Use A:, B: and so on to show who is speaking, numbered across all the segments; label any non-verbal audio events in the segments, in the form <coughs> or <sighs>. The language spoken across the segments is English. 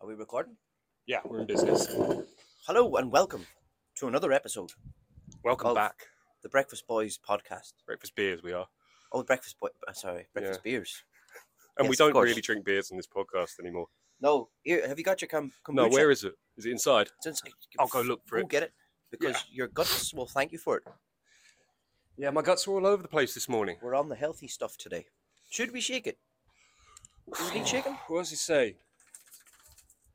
A: Are we recording?
B: Yeah, we're in business.
A: Hello and welcome to another episode,
B: Welcome
A: Of-
B: back.
A: the Breakfast Boys podcast.
B: Breakfast beers, we are.
A: Oh, Breakfast Boy, uh, sorry, Breakfast Beers.
B: And
A: Yes,
B: we
A: of
B: don't
A: course.
B: really drink beers in this podcast anymore.
A: No, here, have you got your cam? Kombucha?
B: No, where is it? Is it inside?
A: Since-
B: I'll go look for
A: Go
B: it.
A: get it because your guts will thank you for it.
B: Yeah, my guts are all over the place this morning.
A: We're on the healthy stuff today. Should we shake it? Does it
B: <sighs>
A: need shaking?
B: What does it say?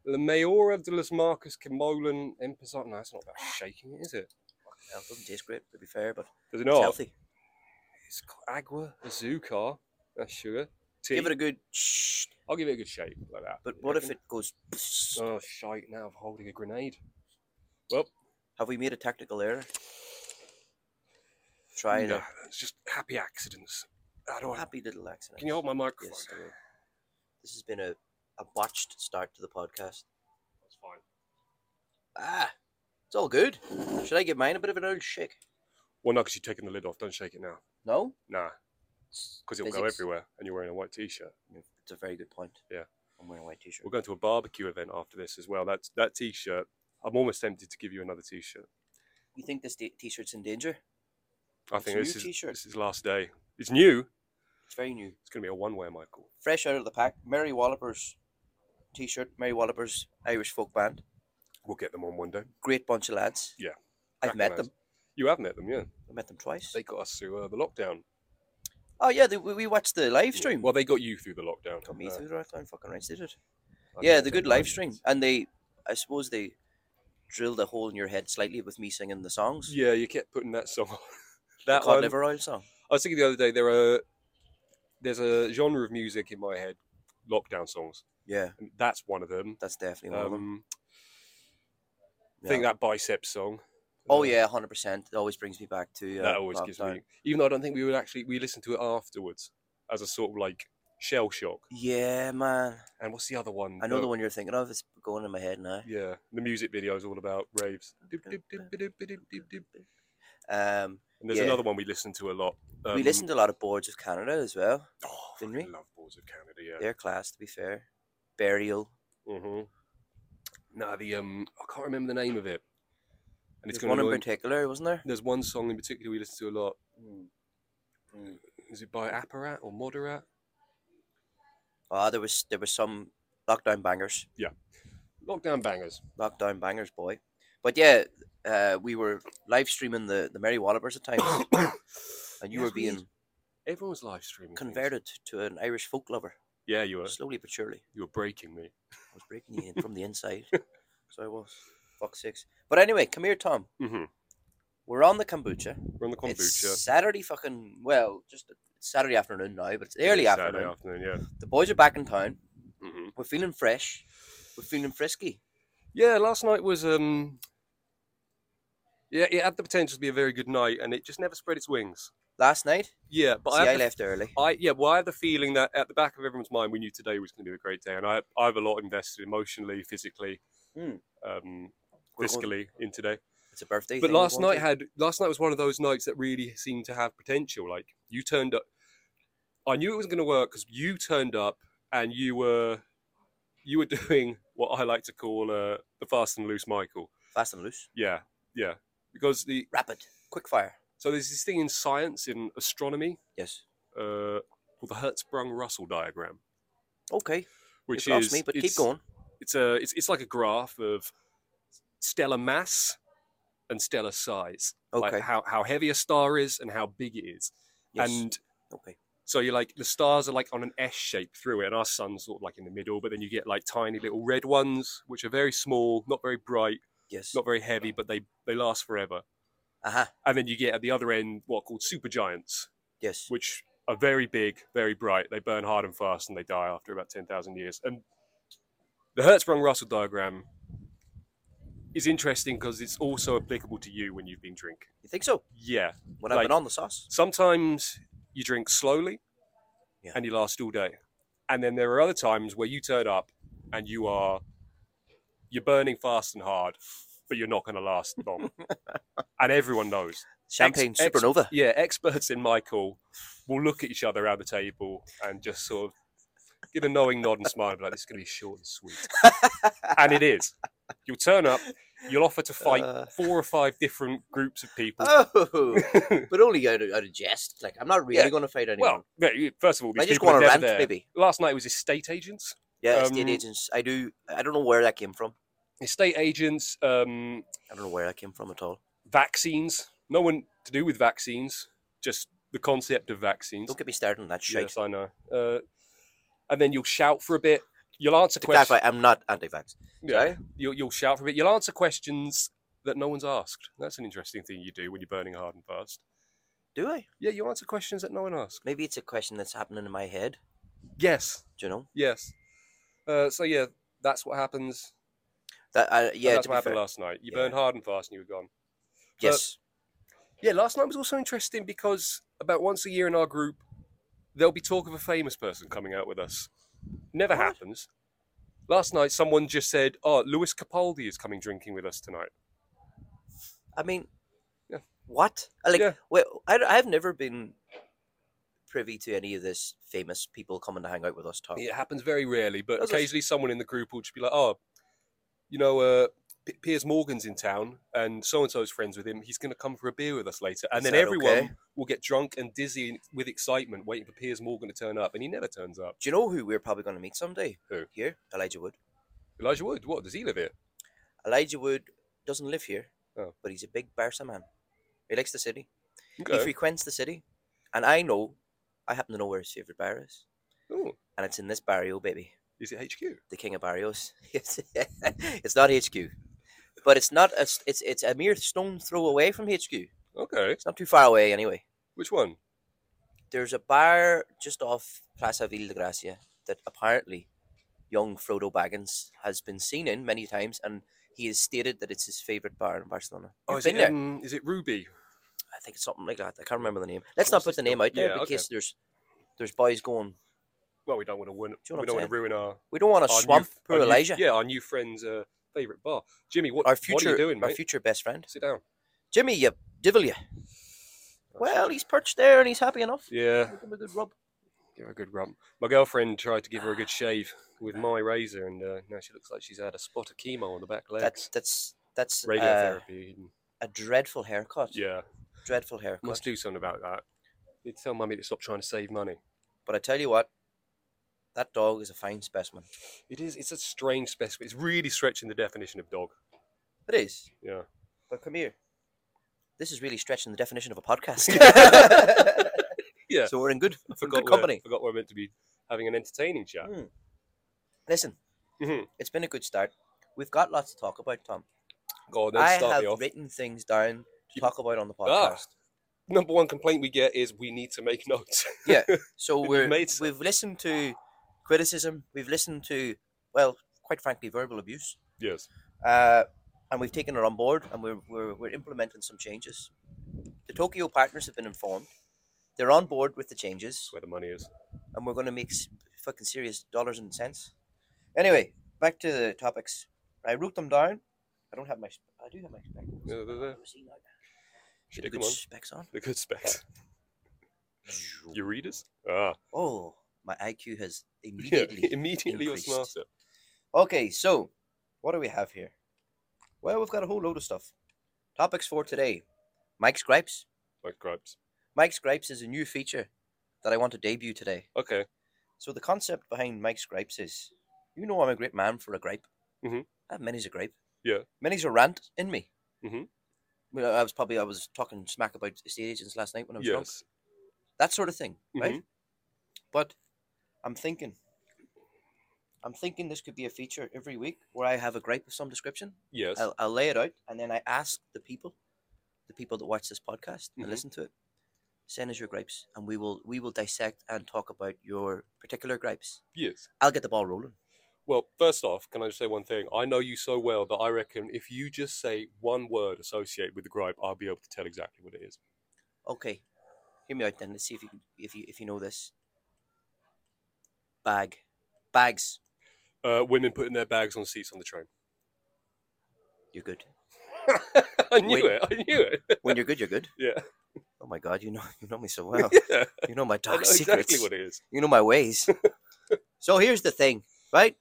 B: La Mayora de los Marcos Camolan Empezato. No, it's not about shaking it, is it?
A: Well, it doesn't taste great, to be fair, but
B: Does it
A: it's
B: not?
A: healthy.
B: It's called agua azucar. That's sugar. Tea.
A: Give it a good shh.
B: I'll give it a good shake like that.
A: But
B: You
A: what if
B: reckon?
A: it goes?
B: Oh, shite, now I'm holding a grenade.
A: Have we made a tactical error? Try it.
B: no,
A: out.
B: it's just happy accidents. I don't
A: Happy little accident.
B: Can you hold my microphone?
A: Yes, I will. This has been a, a botched start to the podcast.
B: That's fine.
A: Ah, it's all good. Should I give mine a bit of an old shake?
B: Well, no, because you're taking the lid off. Don't shake it now.
A: No?
B: Nah, because it'll go
A: Physics.
B: everywhere, and you're wearing a white t-shirt.
A: It's a very good point.
B: Yeah.
A: I'm wearing a white t shirt.
B: We're going to a barbecue event after this as well. That that t-shirt. I'm almost tempted to give you another t-shirt.
A: You think this t shirt's in danger?
B: I
A: It's
B: think
A: a
B: this
A: new
B: is
A: t-shirt.
B: this is last day. It's new.
A: It's very new.
B: It's going to be a one-way, Michael.
A: Fresh out of the pack. Mary Wallopers t shirt. Mary Wallopers Irish folk band.
B: We'll get them on one day.
A: Great bunch of lads.
B: Yeah.
A: I've
B: Cracking
A: met
B: lads.
A: them.
B: You have met them, yeah?
A: I met them twice.
B: They got us through uh, the lockdown.
A: oh, yeah, they, we, we watched the live stream.
B: Well, they got you through the lockdown.
A: Got me
B: Uh,
A: through the right line. Fucking right, they did.
B: I
A: Yeah,
B: think
A: the
B: I
A: good
B: don't
A: live
B: know.
A: stream, and they, I suppose they drilled a hole in your head slightly with me singing the songs.
B: Yeah, you kept putting that song on.
A: the
B: that
A: Cod
B: one.
A: Liver Oil song.
B: I was thinking the other day there are there's a genre of music in my head, lockdown songs.
A: Yeah,
B: And that's one of them.
A: that's definitely one of them.
B: Um, I think
A: Yeah.
B: that bicep song.
A: Oh
B: uh,
A: yeah, hundred percent. It always brings me back to uh,
B: that always gives
A: lockdown.
B: me. Even though I don't think we would actually we listened to it afterwards as a sort of like shell shock.
A: Yeah, man.
B: And what's the other one?
A: I know the one you're thinking of. It's going in my head now.
B: Yeah, the music video is all about raves. Doop, doop, doop, doop, doop, doop, doop.
A: Um,
B: And there's
A: Yeah.
B: another one we listened to a lot.
A: we
B: um,
A: listened to a lot of Boards of Canada as well.
B: Oh,
A: didn't
B: fucking
A: we?
B: Love Boards of Canada. Yeah.
A: Their class, to be fair. Burial.
B: hmm Nah, the um, I can't remember the name of it. And it's
A: There's
B: going
A: one
B: to
A: in particular, wasn't there?
B: There's one song in particular we listen to a lot. Is it by Apparat or Moderat?
A: Ah, there was there was some lockdown bangers.
B: Lockdown bangers.
A: lockdown bangers, boy. But yeah, uh, we were live streaming the the Merry Wallopers at
B: <coughs>
A: times, and you were being
B: Everyone's live streaming. things.
A: converted to an Irish folk lover,
B: Yeah, you were.
A: slowly but surely.
B: You were breaking me.
A: I was breaking
B: <laughs>
A: you in from the inside, so I was. Fuck six. But anyway, come here, Tom.
B: Mm-hmm.
A: We're on the kombucha.
B: We're on the kombucha.
A: It's Saturday fucking well, just it's Saturday afternoon now, but it's early
B: Yeah,
A: afternoon.
B: Saturday afternoon.
A: The boys are back in town.
B: Yeah. hmm
A: We're feeling fresh. We're feeling frisky.
B: Yeah. Last night was um. Yeah, it had the potential to be a very good night, and it just never spread its wings.
A: Last night,
B: Yeah, but
A: see,
B: I,
A: I,
B: have the-
A: left early.
B: I yeah, well, I have the feeling that at the back of everyone's mind, we knew today was going to be a great day, and I I have a lot invested emotionally, physically,
A: Mm.
B: um,
A: We're going-
B: fiscally in today.
A: It's a birthday.
B: But
A: thing we're
B: last
A: going
B: night
A: to.
B: had last night was one of those nights that really seemed to have potential. Like you turned up, I knew it was going to work because you turned up and you were you were <laughs> doing what I like to call uh, the fast and loose Michael.
A: fast and loose,
B: Yeah, yeah. Because the
A: rapid, quick fire.
B: so there's this thing in science in astronomy
A: Yes.
B: uh, called the Hertzsprung-Russell diagram,
A: Okay.
B: which
A: You've lost
B: is
A: me, but keep
B: it's-
A: going.
B: It's a it's it's like a graph of stellar mass and stellar size,
A: Okay.
B: like how how heavy a star is and how big it is.
A: yes.
B: And
A: okay.
B: so you're like the stars are like on an S shape through it, and our sun's sort of like in the middle. But then you get like tiny little red ones, which are very small, not very bright,
A: Yes. Uh-huh,
B: not very heavy, but they they last forever.
A: Aha.
B: And then you get at the other end what are called supergiants,
A: Yes.
B: which are very big, very bright. They burn hard and fast, and they die after about ten thousand years. And the Hertzsprung-Russell diagram is interesting because it's also applicable to you when you've been drinking.
A: You think so?
B: Yeah,
A: When I've
B: Like-
A: been on the sauce.
B: sometimes you drink slowly
A: Yeah.
B: and you last all day and then there are other times where you turn up and you are you're burning fast and hard but you're not going to last
A: <laughs>
B: long and everyone knows
A: Champagne
B: ex-
A: supernova.
B: yeah experts in my call will look at each other around the table and just sort of give a knowing nod and smile and be like, this is going to be short and
A: <laughs>
B: sweet. and it is. You'll turn up, you'll offer to fight
A: Uh.
B: four or five different groups of people. <laughs>
A: Oh, <laughs> but only out of, out of jest. Like I'm not really
B: Yeah.
A: going to fight anyone.
B: well, yeah, you- first of all, these
A: I just
B: people
A: go
B: are
A: on a
B: never
A: rant,
B: there.
A: maybe.
B: Last night was estate agents.
A: Yeah, estate
B: um,
A: agents. I do. I don't know where that came from.
B: Estate agents, um,
A: I don't know where that came from at all.
B: vaccines. No one to do with vaccines, just the concept of vaccines.
A: Don't get me started on that shit.
B: Yes, I know. Uh, and then you'll shout for a bit. You'll answer
A: to
B: questions.
A: clarify, I'm not anti-vax.
B: Yeah, you'll, you'll shout for a bit. You'll answer questions that no one's asked. That's an interesting thing you do when you're burning hard and fast.
A: Do I?
B: Yeah, you answer questions that no one asked.
A: Maybe it's a question that's happening in my head.
B: Yes,
A: Do you know?
B: yes. Uh, so yeah, that's what happens.
A: That I,
B: Yeah,
A: yeah.
B: that's
A: To
B: what
A: be
B: happened
A: fair.
B: last night. You
A: Yeah.
B: burned hard and fast, and you were gone. but-
A: Yes.
B: Yeah, last night was also interesting because about once a year in our group, there'll be talk of a famous person coming out with us. Never
A: What?
B: happens. Last night, someone just said, "Oh, Lewis Capaldi is coming drinking with us tonight."
A: I mean,
B: Yeah.
A: what? I Like,
B: Yeah.
A: well, I, have never been privy to any of this famous people coming to hang out with us talk.
B: It happens very rarely, but
A: Oh. Does it?
B: occasionally someone in the group will just be like, "Oh, you know, uh, P- Piers Morgan's in town, and so and so's friends with him. He's going to come for a beer with us later." And
A: Is
B: then
A: that
B: everyone
A: okay?
B: will get drunk and dizzy with excitement, waiting for Piers Morgan to turn up, and he never turns up.
A: Do you know who we're probably going to meet someday?
B: Who?
A: Here, Elijah Wood.
B: Elijah Wood, what does he live here?
A: Elijah Wood doesn't live here,
B: Oh.
A: but he's a big Barca man. He likes the city. He
B: Okay.
A: frequents the city, and I know, I happen to know where his favorite bar is,
B: Oh,
A: and it's in this barrio, baby.
B: is it HQ?
A: the king of barrios. <laughs> It's, it's not HQ, but it's not a, s- it's it's a mere stone throw away from HQ. It's
B: Okay.
A: not too far away anyway.
B: Which one?
A: There's a bar just off Plaza Ville de Gracia that apparently young Frodo Baggins has been seen in many times, and he has stated that it's his favorite bar in Barcelona. You've
B: is
A: been
B: it,
A: there.
B: um, is it Ruby?
A: I think it's something like that. I can't remember the name. Let's
B: what's
A: not
B: this
A: put the name
B: guy-
A: out there
B: yeah,
A: in
B: okay.
A: case there's there's boys going.
B: Well, we don't want to win.
A: you know what
B: we
A: I'm
B: don't want to ruin our,
A: We don't want
B: our
A: to swamp
B: new,
A: poor
B: our new-
A: Elijah,
B: yeah, our new friend's uh, favorite bar. Jimmy, what,
A: our future,
B: what are you doing,
A: our
B: mate?
A: future best friend,
B: Sit down.
A: Jimmy. You divil you. Well, he's perched there and he's happy enough.
B: yeah,
A: Give him a good rub.
B: give her a good rump. My girlfriend tried to give her a good shave with my razor, and uh, now she looks like she's had a spot of chemo on the back
A: That's
B: legs.
A: that's that's uh,
B: Radiotherapy. and-
A: a dreadful haircut.
B: yeah,
A: Dreadful haircut.
B: must do something about that. Need to tell mummy to stop trying to save money.
A: But I tell you what, that dog is a fine specimen.
B: It is. It's a strange specimen. It's really stretching the definition of dog.
A: It is.
B: Yeah.
A: But come here. This is really stretching the definition of a podcast.
B: <laughs> Yeah.
A: So we're in good, we're in
B: forgot
A: good
B: we're-
A: company.
B: forgot we're meant to be having an entertaining chat.
A: Mm. Listen,
B: Mhm.
A: it's been a good start. We've got lots to talk about, Tom.
B: God,
A: I
B: then start
A: have
B: me off.
A: written things down to
B: You-
A: talk about on the
B: Ah.
A: podcast.
B: Number one complaint we get is we need to make <laughs> notes.
A: So
B: You've
A: we're,
B: made some.
A: we've listened to criticism. We've listened to, well, quite frankly, verbal abuse.
B: yes.
A: uh, and we've taken it on board and we're, we're, we're implementing some changes. The Tokyo partners have been informed. They're on board with the changes
B: That's where the money is.
A: and we're going to make s- fucking serious dollars and cents. Anyway, back to the topics. I wrote them down. I don't have my. s- I do have my spectacles.
B: Yeah, they're there.
A: Should
B: Stick
A: have good
B: 'em on.
A: specs on.
B: The good specs. Your readers? Ah.
A: Oh, my IQ has
B: <laughs> Yeah.
A: immediately.
B: Immediately or
A: increased.
B: smarter.
A: Okay, so what do we have here? Well, we've got a whole load of stuff. Topics for today: Mike's gripes,
B: Like gripes.
A: Mike's Gripes is a new feature that I want to debut today.
B: Okay.
A: So the concept behind Mike's Gripes is, you know, I'm a great man for a gripe.
B: Mhm.
A: I have many's a gripe.
B: Yeah.
A: many's a rant in me.
B: Mhm.
A: Well, I was probably I was talking smack about estate agents last night when I was drunk.
B: Yes. Mm-hmm.
A: That sort of thing, right? But I'm thinking, I'm thinking this could be a feature every week where I have a gripe of some description.
B: Yes.
A: I'll, I'll lay it out and then I ask the people, the people that watch this podcast
B: Mhm.
A: and listen to it, send us your gripes and we will we will dissect and talk about your particular gripes.
B: Yes.
A: I'll get the ball rolling.
B: Well, first off, can I just say one thing? I know you so well that I reckon if you just say one word associated with the gripe, I'll be able to tell exactly what it is.
A: Okay, hear me out then. Let's see if you can, if you if you know this. Bag, bags.
B: Uh, women putting their bags on seats on the train. <laughs>
A: You're good.
B: I knew
A: Wait.
B: it. I knew it. <laughs>
A: When you're good, you're good.
B: Yeah.
A: Oh my God, you know <laughs> you know me so well.
B: yeah.
A: You know my
B: I know
A: dark secrets.
B: exactly what it is.
A: You know my ways. So here's the thing, right?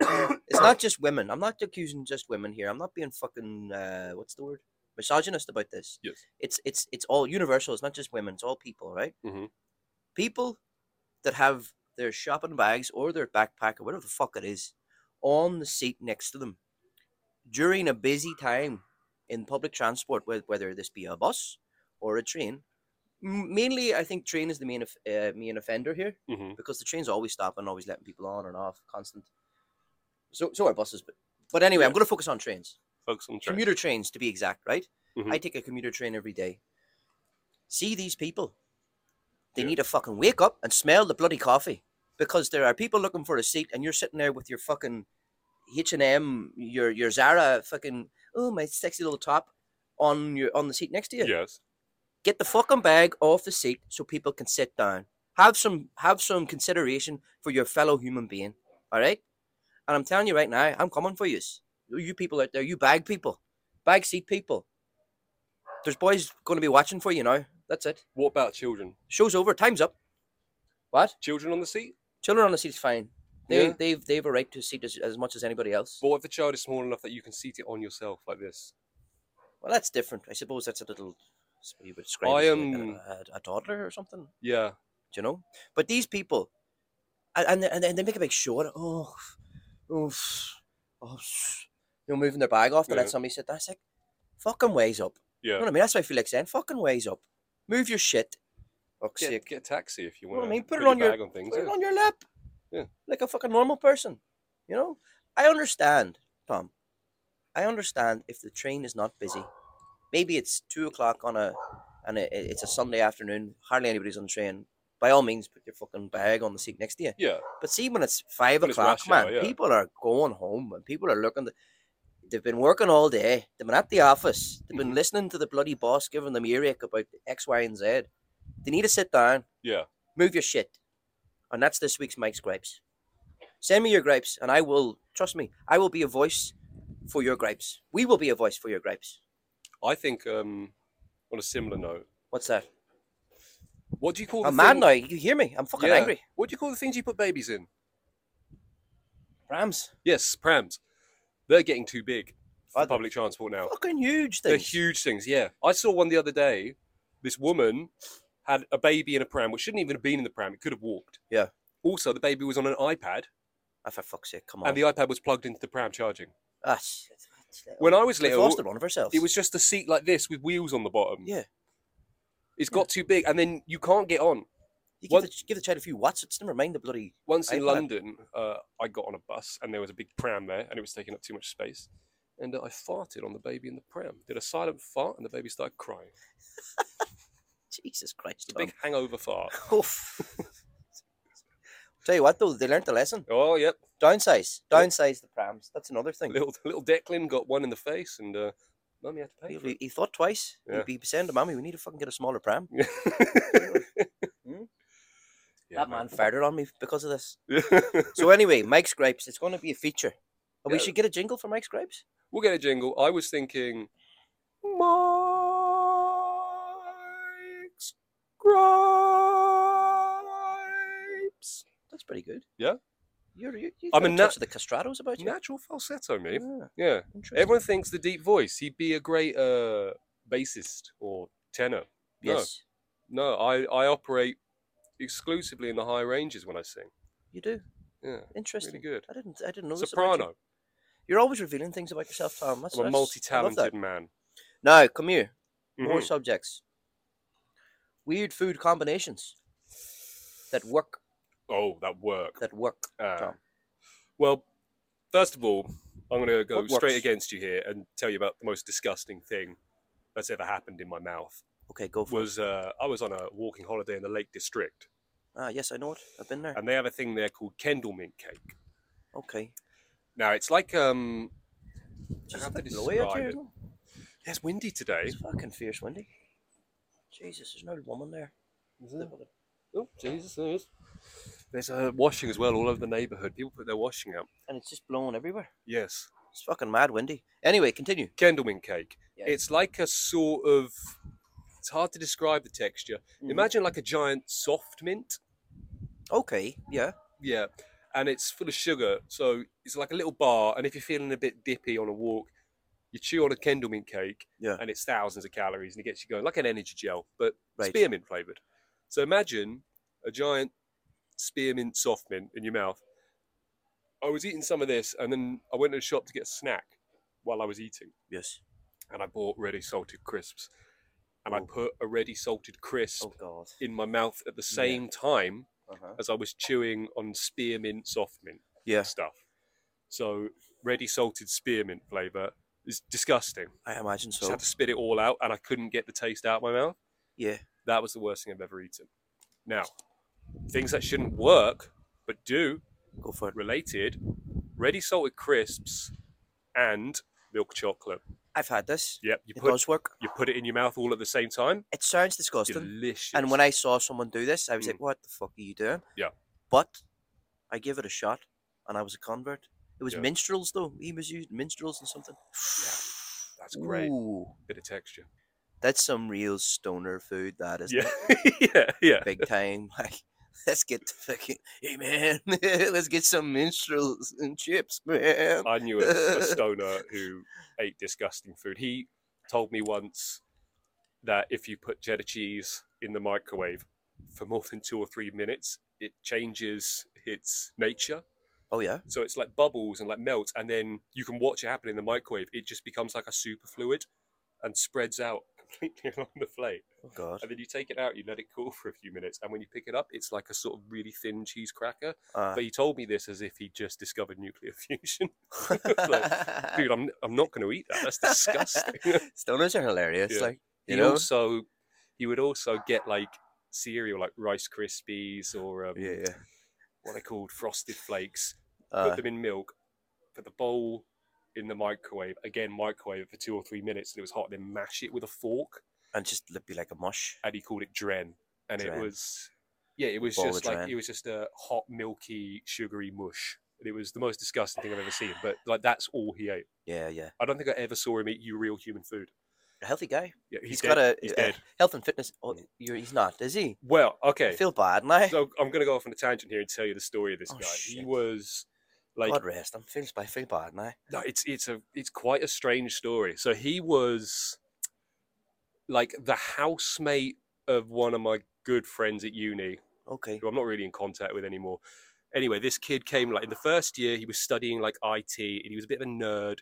A: it's not just women. I'm not accusing just women here. I'm not being fucking uh, what's the word? Misogynist about this.
B: Yes.
A: It's it's it's all universal. It's not just women. It's all people, right?
B: Mhm.
A: People that have their shopping bags or their backpack or whatever the fuck it is on the seat next to them during a busy time in public transport, whe- whether this be a bus or a train. M- Mainly, I think train is the main of- uh, main offender here
B: hmm
A: because the train's always stopping, always letting people on and off, constant. So so are buses, but but anyway, I'm
B: Yeah.
A: going to focus on trains,
B: Focus on track.
A: commuter trains to be exact, right?
B: Mhm.
A: I take a commuter train every day. See these people. They
B: Yeah.
A: need to fucking wake up and smell the bloody coffee because there are people looking for a seat, and you're sitting there with your fucking H and M, your your Zara fucking oh my sexy little top on your on the seat next to you
B: Yes.
A: get the fucking bag off the seat so people can sit down. Have some have some consideration for your fellow human being. All right? And I'm telling you right now, I'm coming for yous. You. You people out there, you bag people. Bag seat people. There's boys gonna be watching for you now. That's it.
B: What about children?
A: Show's over, time's up. What?
B: Children on the seat?
A: Children on the seat's fine. They
B: Yeah.
A: they've they've a right to a seat as, as much as anybody else.
B: But what if the child is small enough that you can seat it on yourself like this?
A: Well that's different. I suppose that's a little you would describe
B: I
A: as like a-
B: am-
A: a, a toddler or something.
B: Yeah.
A: Do you know? But these people, and and they, and they- and they make a big show. out of, Oh, oh, oh s-" you know, moving their bag off to
B: Yeah.
A: let somebody sit. That's like fucking ways up. You
B: Yeah.
A: know what I mean? That's why I feel like saying fucking ways up. Move your shit. Fuck's
B: Get,
A: sake.
B: get a taxi if you
A: You know
B: want.
A: what I mean? Put it on your-
B: bag on things.
A: Put it
B: yeah.
A: on your lap.
B: Yeah.
A: Like a fucking normal person. You know? I understand, Tom. I understand if the train is not busy. Maybe it's two o'clock on a and it, it's a Sunday afternoon. Hardly anybody's on the train. By all means, put your fucking bag on the seat next to you.
B: Yeah.
A: But see, when it's five
B: When it's
A: o'clock,
B: rush
A: man,
B: hour, yeah.
A: people are going home and people are looking. To, they've been working all day. They've been at the office. They've been
B: Mhm.
A: listening to the bloody boss giving them earache about X, Y, and Z. They need to sit down,
B: Yeah.
A: move your shit, and that's this week's Mike's gripes. Send me your gripes, and I will trust me. I will be a voice for your gripes. We will be a voice for your gripes.
B: I think um, on a similar note,
A: What's that?
B: what do you call the
A: I'm mad
B: thing-
A: now. You hear me? I'm fucking
B: Yeah.
A: angry.
B: What do you call the things you put babies in?
A: Rams,
B: Yes, prams. They're getting too big for
A: Are they?
B: public transport now.
A: fucking huge
B: They're
A: things.
B: huge things. Yeah, I saw one the other day. This woman had a baby in a pram, which shouldn't even have been in the pram. It could have walked.
A: Yeah.
B: Also, the baby was on an iPad,
A: Ah, for fuck's sake, come on.
B: and the iPad was plugged into the pram charging.
A: Ah, shit.
B: When I was
A: we
B: little,
A: lost the one of ourselves.
B: it was just a seat like this with wheels on the bottom.
A: Yeah.
B: It's got too big, and then you can't get on.
A: You
B: One-
A: give, the, give the child a few watts, it's never mind the bloody.
B: Once in
A: iPad.
B: London, uh, I got on a bus, and there was a big pram there, and it was taking up too much space. And uh, I farted on the baby in the pram. Did a silent fart, and the baby started crying.
A: Jesus Christ.
B: It's a big hangover fart. <laughs>
A: Tom. Oof. <laughs> Tell you what, though, they learnt the lesson.
B: Oh, yep.
A: Downsize.
B: Yeah.
A: Downsize the prams. That's another thing.
B: <laughs> little little Declan got one in the face, and uh, mummy had to pay
A: He,
B: for it.
A: he- he thought twice.
B: Yeah.
A: He'd be saying to Mammy, we need to fucking get a smaller pram.
B: <laughs>
A: Hmm?
B: Yeah,
A: that
B: <laughs>
A: man fired on me because of this.
B: man. <laughs>
A: So, anyway, Mike's Gripes, it's going to be a feature. And we
B: Yeah.
A: should get a jingle for Mike's Gripes.
B: we'll get a jingle. I was thinking, Mike's gripes.
A: That's pretty good.
B: Yeah.
A: You're, you you
B: I'm
A: got a
B: a nat-
A: touch of the castratos about you.
B: Natural falsetto, me.
A: Ah,
B: Yeah.
A: interesting.
B: Everyone thinks the deep voice. He'd be a great uh, bassist or tenor. No.
A: Yes,
B: No, I, I operate exclusively in the high ranges when I sing.
A: you do.
B: Yeah.
A: Interesting.
B: Really good.
A: I didn't. I didn't know this about you.
B: Soprano.
A: You're always revealing things about yourself, Tom. That's
B: I'm a
A: that's-
B: multi
A: I love that. Mm-hmm.
B: talented man.
A: Now, come here. More
B: Mhm.
A: subjects. Weird food combinations that work.
B: Oh, that work.
A: That work.
B: Ah.
A: Tom.
B: well, first of all, I'm going to go
A: What
B: straight
A: works?
B: against you here and tell you about the most disgusting thing that's ever happened in my mouth.
A: Okay, go for
B: Was uh, I was on a walking holiday in the Lake District,
A: it. Ah, yes, I know it. I've been there.
B: and they have a thing there called Kendall mint cake.
A: Okay.
B: Now it's like um,
A: Just
B: have
A: a
B: to
A: bit blowy out
B: describe
A: here,
B: it.
A: isn't it?
B: yeah, it's windy today.
A: It's fucking fierce, Wendy. Jesus, there's no woman there.
B: Oh Jesus, there is. There's a uh, washing as well all over the neighbourhood. People put their washing out.
A: And it's just blowing everywhere.
B: Yes,
A: It's fucking mad, Wendy. Anyway, continue.
B: Kendallman cake.
A: Yeah.
B: It's like a sort of. It's hard to describe the texture.
A: Mhm.
B: Imagine like a giant soft mint.
A: Okay, yeah.
B: Yeah. and it's full of sugar. So it's like a little bar, and if you're feeling a bit dippy on a walk, you chew on a Kendall mint cake,
A: Yeah.
B: and it's thousands of calories, and it gets you going like an energy gel, but
A: Right.
B: spearmint flavored. So imagine a giant spearmint soft mint in your mouth. I was eating some of this, and then I went to the shop to get a snack while I was eating,
A: Yes.
B: and I bought ready salted crisps, and I
A: Ooh.
B: put a ready salted crisp
A: Oh God.
B: in my mouth at the
A: Yeah.
B: same time
A: Uh-huh.
B: as I was chewing on spearmint soft mint
A: Yeah.
B: stuff. So ready salted spearmint flavour is disgusting.
A: I imagine
B: Just
A: so.
B: had to spit it all out and I couldn't get the taste out of my mouth.
A: Yeah.
B: That was the worst thing I've ever eaten. Now, things that shouldn't work but do
A: Go for it.
B: related ready salted crisps and milk chocolate.
A: I've had this.
B: Yep, you
A: It
B: put
A: does work.
B: you put it in your mouth all at the same time.
A: It sounds disgusting.
B: Delicious.
A: And when I saw someone do this, I was
B: Mm.
A: like, "What the fuck are you doing?"
B: Yeah.
A: But I gave it a shot, and I was a convert. It was
B: Yeah.
A: minstrels though. He was using minstrels and something.
B: that's great.
A: Ooh,
B: Bit of texture.
A: <laughs> that's some real stoner food. That is
B: Yeah. <laughs> yeah, yeah.
A: big time. Like, <laughs> let's get the fucking hey man, <laughs> let's get some minstrels and chips, man.
B: I knew
A: <laughs>
B: a, a stoner who ate disgusting food. He told me once that if you put cheddar cheese in the microwave for more than two or three minutes, it changes its nature.
A: Oh yeah,
B: So it's like bubbles and like melts, and then you can watch it happen in the microwave. It just becomes like a superfluid and spreads out <laughs> completely along the plate.
A: oh god,
B: And then you take it out, you let it cool for a few minutes, and when you pick it up, it's like a sort of really thin cheese cracker.
A: uh,
B: But he told me this as if he just discovered nuclear <laughs> fusion.
A: <laughs>
B: like, <laughs>
A: Uh.
B: dude, I'm I'm not going to eat that. That's disgusting. <laughs>
A: stoners are hilarious.
B: Yeah.
A: Like, you
B: he
A: know,
B: also he would also get like cereal like Rice Krispies or um,
A: yeah, yeah.
B: what they called Frosted Flakes.
A: Uh,
B: put them in milk, put the bowl in the microwave again, microwave it for two or three minutes, and it was hot. Then mash it with a fork,
A: and just look- be like a mush.
B: and he called it dren, and
A: Dren.
B: it was yeah, it was
A: Bowl of
B: just like
A: dren.
B: it was just a hot, milky, sugary mush. It was the most disgusting thing I've ever seen. But like that's all he ate.
A: Yeah, yeah.
B: I don't think I ever saw him eat you real human food.
A: A healthy guy.
B: Yeah, he's,
A: he's
B: dead.
A: got a
B: he's
A: uh,
B: dead.
A: health and fitness. Oh, you're, he's not, is he?
B: Well,
A: I
B: okay.
A: feel bad now.
B: So I'm going to go off on a tangent here and tell you the story of this
A: Oh,
B: guy. He
A: shit.
B: was like,
A: God rest him. Feels I feel bad now.
B: no, it's it's a it's quite a strange story. So he was like the housemate of one of my good friends at uni,
A: Okay.
B: who I'm not really in contact with anymore. Anyway, this kid came like in the first year, he was studying like IT and he was a bit of a nerd,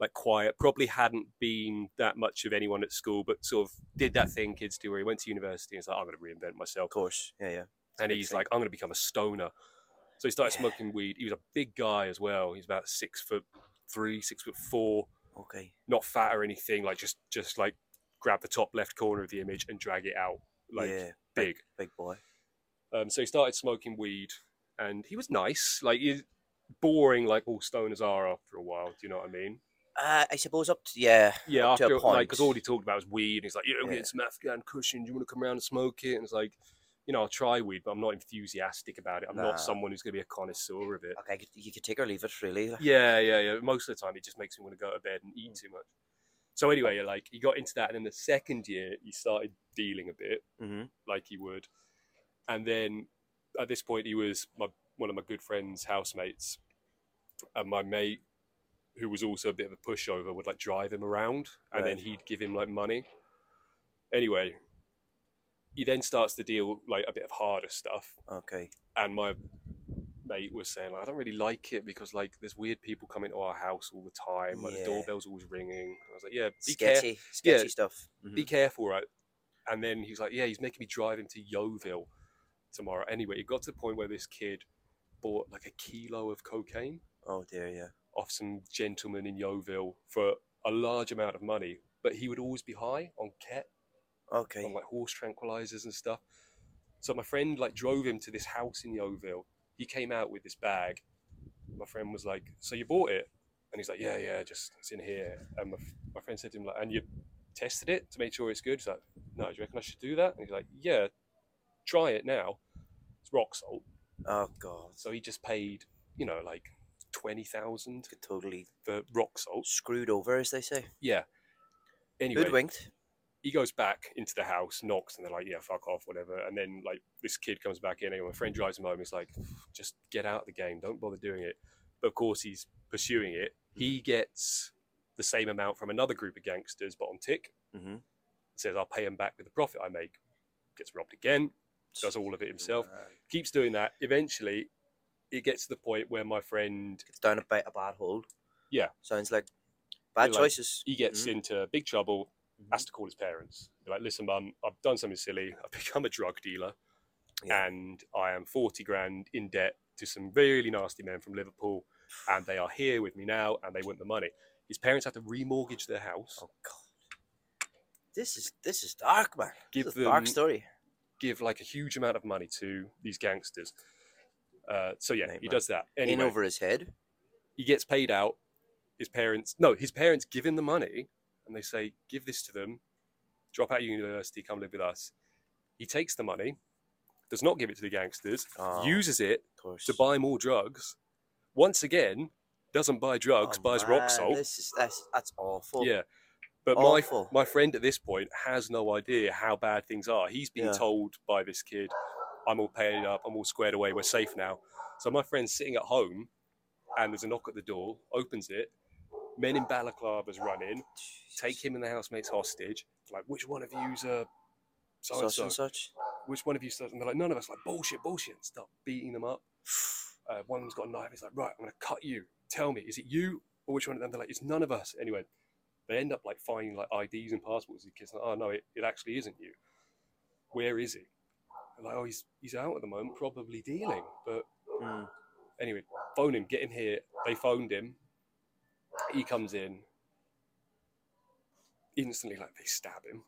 B: like quiet, probably hadn't been that much of anyone at school, but sort of did that thing kids do where he went to university and was like, I'm going to reinvent myself
A: Of course. Yeah, yeah.
B: and
A: big
B: he's
A: thing.
B: like, I'm going to become a stoner. So he started
A: Yeah.
B: smoking weed. He was a big guy as well. He's about six foot three, six foot four,
A: Okay.
B: not fat or anything. Like just, just like grab the top left corner of the image and drag it out, like
A: yeah.
B: big.
A: Big boy.
B: Um, so he started smoking weed, and he was nice, like he's boring, like all stoners are after a while. Do you know what I mean?
A: Uh, I suppose up to yeah.
B: Yeah,
A: up to
B: after
A: a point.
B: like because all he talked about was weed. And he's like, "Yeah, I'm
A: Yeah.
B: getting some Afghan cushion. Do you want to come around and smoke it?" And it's like, you know, I'll try weed, but I'm not enthusiastic about it. I'm
A: Nah.
B: not someone who's going to be a connoisseur of it.
A: okay, you could- you could take or leave it really. like-
B: Yeah, yeah, yeah. Most of the time, it just makes me want to go to bed and
A: Hmm.
B: eat too much. So anyway, like he got into that, and then the second year he started dealing a bit,
A: Mhm.
B: like he would, and then at this point he was my one of my good friend's housemates, and my mate, who was also a bit of a pushover, would like drive him around, and then
A: Right.
B: he'd give him like money. Anyway, he then starts to deal like a bit of harder stuff,
A: Okay.
B: and my mate was saying like, I don't really like it because like there's weird people coming to our house all the time, like
A: Yeah.
B: the doorbell's always ringing. I was like, yeah, be, care-
A: sketchy, sketchy stuff. Mhm.
B: be careful, right? And then he's like, yeah, he's making me drive him to Yeovil tomorrow. Anyway, it got to the point where this kid bought like a kilo of cocaine
A: Oh dear, yeah.
B: off some gentleman in Yeovil for a large amount of money, but he would always be high on ket
A: Okay.
B: on like horse tranquilizers and stuff. So my friend like drove him to this house in Yeovil. He came out with this bag. My friend was like, "So you bought it?" And he's like, "Yeah, yeah, just it's in here." And my, my friend said to him like, "And you tested it to make sure it's good?" He's like, "No, do you reckon I should do that?" And he's like, "Yeah, try it now. It's rock salt."
A: Oh god.
B: So he just paid, you know, like twenty thousand
A: Could totally
B: for rock salt.
A: screwed over, as they say.
B: Yeah. Anyway,
A: Hoodwinked.
B: he goes back into the house, knocks, and they're like, "Yeah, fuck off, whatever." And then like this kid comes back in, and my friend drives him home. He's like, "Just get out of the game. Don't bother doing it." But of course, he's pursuing it. He gets the same amount from another group of gangsters, but on tick.
A: Mm-hmm.
B: Says, "I'll pay him back with the profit I make." Gets robbed again. Does all of it himself. Keeps doing that. Eventually, it gets to the point where my friend
A: Gets down a, ba- a bad hole.
B: Yeah.
A: Sounds like bad
B: like-
A: choices.
B: he gets
A: Mhm.
B: into big trouble,
A: Mm-hmm.
B: has to call his parents. Be like, listen, mum, I've done something silly. I've <laughs> become a drug dealer
A: Yeah.
B: and I am 40 grand in debt to some really nasty men from Liverpool. And they are here with me now and they want the money. His parents have to remortgage their house,
A: Oh god. This is this is dark, man.
B: Give
A: this is a dark
B: them-
A: story.
B: give like a huge amount of money to these gangsters. Uh, so, yeah, he
A: Nightmare.
B: does that.
A: In
B: Anyway,
A: over his head.
B: he gets paid out. His parents, no, his parents give him the money and they say, give this to them, drop out of university, come live with us. He takes the money, does not give it to the gangsters,
A: Oh,
B: uses it
A: of course.
B: to buy more drugs. Once again, doesn't buy drugs,
A: Oh,
B: buys rock
A: man,
B: salt.
A: This Oh, is that's that's awful.
B: Yeah. But my,
A: awful.
B: my friend at this point has no idea how bad things are. He's been
A: Yeah.
B: told by this kid, I'm all paid up, I'm all squared away, we're safe now. So my friend's sitting at home and there's a knock at the door, opens it. Men in balaclavas run in, take him and the housemates hostage. Like, which one of you's uh, so and
A: such
B: so?
A: and such.
B: Which one of you so and they're like, none of us. Like, bullshit, bullshit. Stop beating them up. Uh, one of them's got a knife. He's like, right, I'm gonna cut you. Tell me, is it you or which one of them? They're like, it's none of us. Anyway, they end up like finding like IDs and passports. The kid's like, oh no, it, it actually isn't you. Where is he? They're like, oh, he's he's out at the moment, probably dealing. But
A: Mm.
B: anyway, phone him, get him here. They phoned him. He comes in. Instantly, like they stab him.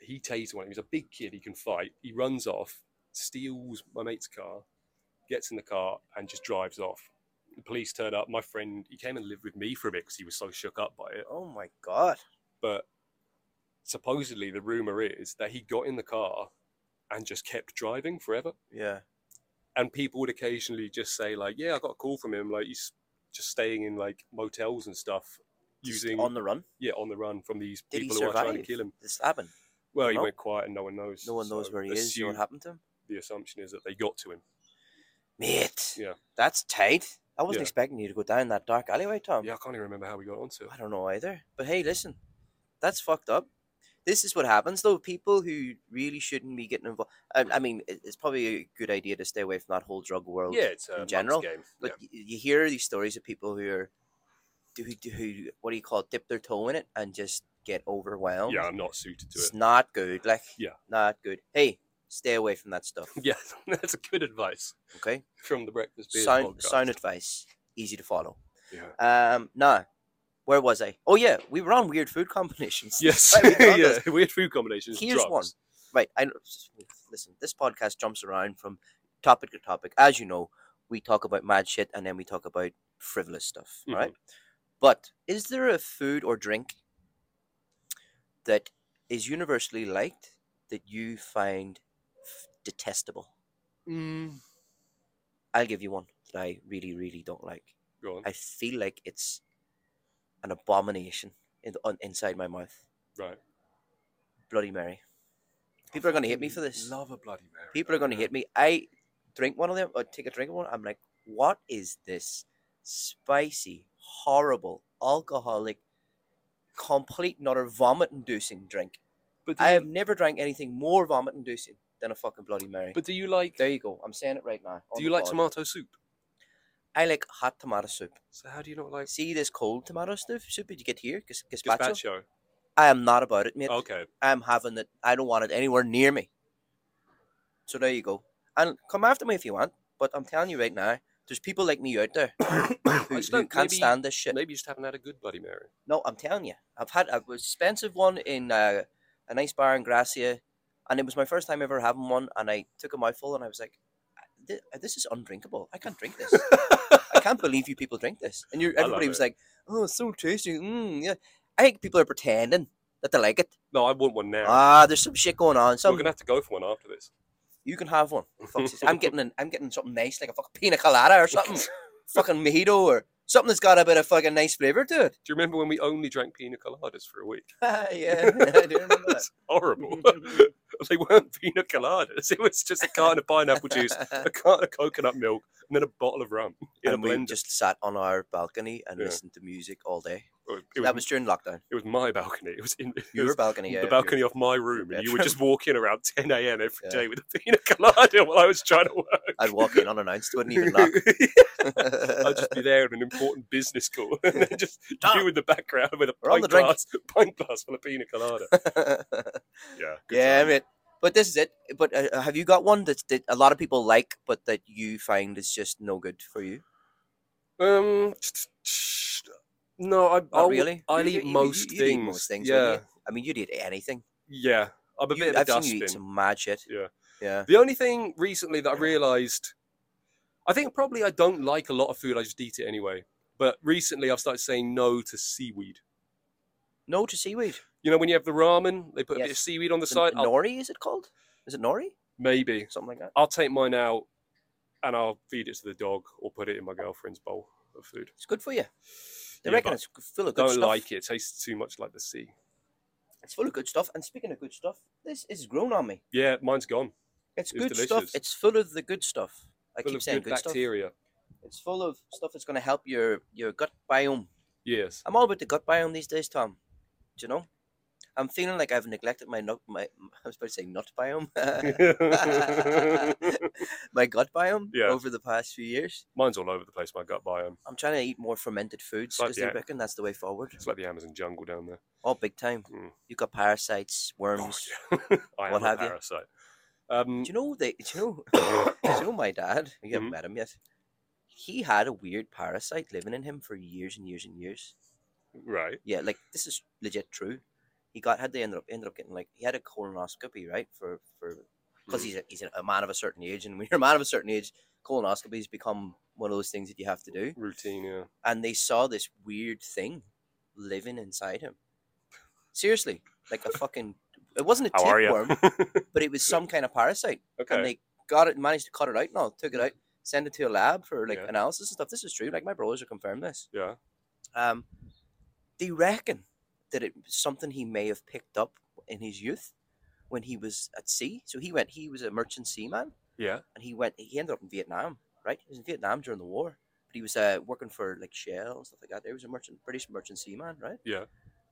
B: He tases one. He's a big kid. He can fight. He runs off, steals my mate's car, gets in the car, and just drives off. The police turn up. My friend, he came and lived with me for a bit because he was so shook up by it.
A: Oh my god.
B: But supposedly, the rumor is that he got in the car and just kept driving forever
A: Yeah.
B: and people would occasionally just say like yeah i got a call from him like he's just staying in like motels and stuff
A: Just
B: using
A: on the run.
B: yeah on the run from these
A: Did he
B: people who are trying to
A: survive?
B: kill him
A: This happened.
B: well he
A: No.
B: went quiet and no one knows
A: No one knows
B: so
A: where he is. No one
B: assume-
A: happened to him.
B: the assumption is that they got to him
A: Mate.
B: Yeah.
A: That's tight. I wasn't
B: Yeah.
A: expecting you to go down that dark alleyway, Tom.
B: yeah i can't even remember how we got onto it
A: Um, I don't know either. But hey, listen, that's fucked up. This is what happens though. People who really shouldn't be getting involved. I, I mean, it- it's probably a good idea to stay away from that whole drug world.
B: yeah it's a
A: in
B: mum's
A: general,
B: game
A: But y you hear these stories of people who are, who, who, what do you call, it, dip their toe in it and just get
B: yeah.
A: overwhelmed.
B: yeah i'm not suited to
A: it's
B: it
A: not good. Like,
B: Yeah.
A: not good. Hey, stay away from that
B: <laughs>
A: stuff.
B: yeah that's good advice
A: Okay,
B: from the breakfast beers
A: sound
B: podcast.
A: sound advice, easy to follow.
B: yeah.
A: Um, now, where was I? Oh yeah, we were on weird food <laughs> combinations.
B: yes
A: Right, we've done
B: <laughs> yeah
A: this.
B: weird food combinations
A: Here's
B: drugs.
A: one. Right, I know- listen. This podcast jumps around from topic to topic. As you know, we talk about mad shit and then we talk about frivolous stuff,
B: Mhm.
A: right? But is there a food or drink that is universally liked that you find f- detestable?
B: Mm,
A: I'll give you one that I really, really don't like.
B: go on.
A: I feel like it's an abomination in, on, inside my mouth.
B: right
A: Bloody Mary. People are gonna hate me for this.
B: love a bloody mary
A: People are going to hit me. I drink one of them or take a drink of one. I'm like, what is this spicy, horrible, alcoholic, complete and utter vomit inducing drink?
B: but do
A: I
B: you-
A: have never drank anything more vomit inducing than a fucking Bloody Mary.
B: but do you like
A: there you go. I'm saying it right now. on
B: Do you
A: the
B: like
A: pod.
B: tomato soup?
A: I like hot tomato soup.
B: So how do you not like
A: See this cold tomato soup? Soup that you get here? Gaz- Gazpacho?
B: gazpacho?
A: I am not about it, mate.
B: Okay,
A: I'm having it. I don't want it anywhere near me. So there you go. And come after me if you want, but I'm telling you right now, there's people like me out
B: <coughs>
A: there who,
B: just
A: who
B: don't-
A: can't
B: maybe-
A: stand this shit.
B: maybe you just haven't had a good Bloody Mary.
A: <laughs> No, I'm telling you, I've had a expensive one in uh, a nice bar in Gracia, and it was my first time ever having one. And I took a mouthful, and I was like, "Th- "This is undrinkable. I can't drink this. I can't believe you people drink this." And you,
B: I love
A: everybody was
B: it.
A: like, "Oh, it's so tasty." Mm, yeah, I think people are pretending that they like it.
B: No, I want one now.
A: Ah, there's some shit going on.
B: We're
A: Some
B: gonna have to go for one after this.
A: You can have <laughs> <laughs> one. Fuck's sake. I'm getting an, I'm getting something nice, like a fucking pina colada or something, fucking mojito or Something that's got a bit of fucking nice flavour to it.
B: Do you remember when we only drank pina coladas for a week?
A: <laughs> yeah, <laughs> I do remember that.
B: That's <laughs> horrible. they weren't pina coladas. It was just a carton of
A: <laughs>
B: pineapple juice, a carton of coconut milk, and then a bottle of rum in
A: and
B: a
A: we
B: blender.
A: just sat on our balcony and
B: Yeah.
A: listened to music all day.
B: It was, it was-
A: that was during lockdown.
B: it was my balcony. It was in it
A: Your
B: was
A: balcony, yeah.
B: the
A: your-
B: balcony off my room, and you were
A: bedroom.
B: just walking around 10 a.m. every day
A: Yeah.
B: with a pina colada <laughs> while I was trying to work.
A: I'd walk in unannounced, wouldn't even
B: <laughs>
A: knock.
B: I'd just be there on an important business call, <laughs> and
A: <laughs>
B: then just
A: Ah.
B: you in the background with a
A: We're on
B: pint
A: the drink.
B: glass, <laughs> pint glass full of pina colada.
A: <laughs>
B: Yeah, good
A: yeah,
B: times.
A: mate. But this is it. But uh, have you got one that's, that a lot of people like, but that you find is just no good for you?
B: Um, no, I
A: Not
B: I'll-
A: really.
B: Oh, I
A: You-
B: eat
A: you-
B: most
A: you'd
B: things.
A: Eat most things.
B: Yeah,
A: wouldn't you? I mean, you'd eat anything.
B: yeah. I'm a
A: You-
B: bit of a
A: I've seen you
B: dustbin.
A: eat some mad shit.
B: Yeah.
A: Yeah.
B: The only thing recently that I realised, I think probably I don't like a lot of food. I just eat it anyway. But recently, I've started saying no to seaweed.
A: No to seaweed.
B: You know, when you have the ramen, they put a bit of
A: Yes.
B: seaweed on the
A: Is it
B: side. I'll,
A: nori, is it called? Is it nori?
B: maybe
A: Something like that.
B: I'll take mine out and I'll feed it to the dog or put it in my girlfriend's bowl of food.
A: It's good for you. They
B: Yeah,
A: reckon
B: but
A: it's g- full of good
B: Don't
A: stuff.
B: like it. It tastes too much like the sea.
A: It's full of good stuff. And speaking of good stuff, this is grown on me.
B: Yeah, mine's gone.
A: It's,
B: It's
A: good
B: delicious.
A: stuff. It's full of the good stuff. I
B: Full
A: keep
B: of
A: saying
B: good,
A: good, stuff.
B: bacteria.
A: It's full of stuff that's going to help your your gut biome. <laughs>
B: Yes. <laughs>
A: I'm all about the gut biome these days, Tom. Do you know? I'm feeling like I've neglected my nut. My <laughs> I was about to say nut biome. <laughs> my gut biome
B: Yeah.
A: over the past few years.
B: Mine's all over the place, my gut biome.
A: I'm trying to eat more fermented foods
B: Like
A: because
B: the
A: they
B: ac-
A: reckon that's the way forward.
B: It's like the Amazon jungle down there.
A: All big time.
B: Mm.
A: You got parasites, worms.
B: I
A: What
B: am a
A: have you?
B: parasite. Um,
A: Do you know they? Do you know? <coughs>
B: <coughs>
A: do you know my dad? You haven't
B: Mhm.
A: met him yet. He had a weird parasite living in him for years and years and years.
B: right.
A: Yeah, like this is legit true. He got had they ended up ended up getting like he had a colonoscopy right for for because
B: Mm.
A: he's a, he's a man of a certain age, and when you're a man of a certain age, colonoscopies become one of those things that you have to do.
B: Routine, yeah.
A: And they saw this weird thing living inside him. Seriously, like
B: <laughs>
A: a fucking. It wasn't a
B: How are you? <laughs>
A: tapeworm, but it was some kind of parasite and
B: okay.
A: they got it, managed to cut it out. No, took it out, sent it to a lab for like
B: Yeah.
A: analysis and stuff. This is true. Like my brothers have confirmed this.
B: Yeah.
A: Um, they reckon that it was something he may have picked up in his youth when he was at sea. So he went. He was a merchant seaman,
B: Yeah.
A: and he went. He ended up in Vietnam. Right, he was in Vietnam during the war, but he was uh, working for like Shell and stuff like that. He was a merchant, British merchant seaman, right?
B: Yeah.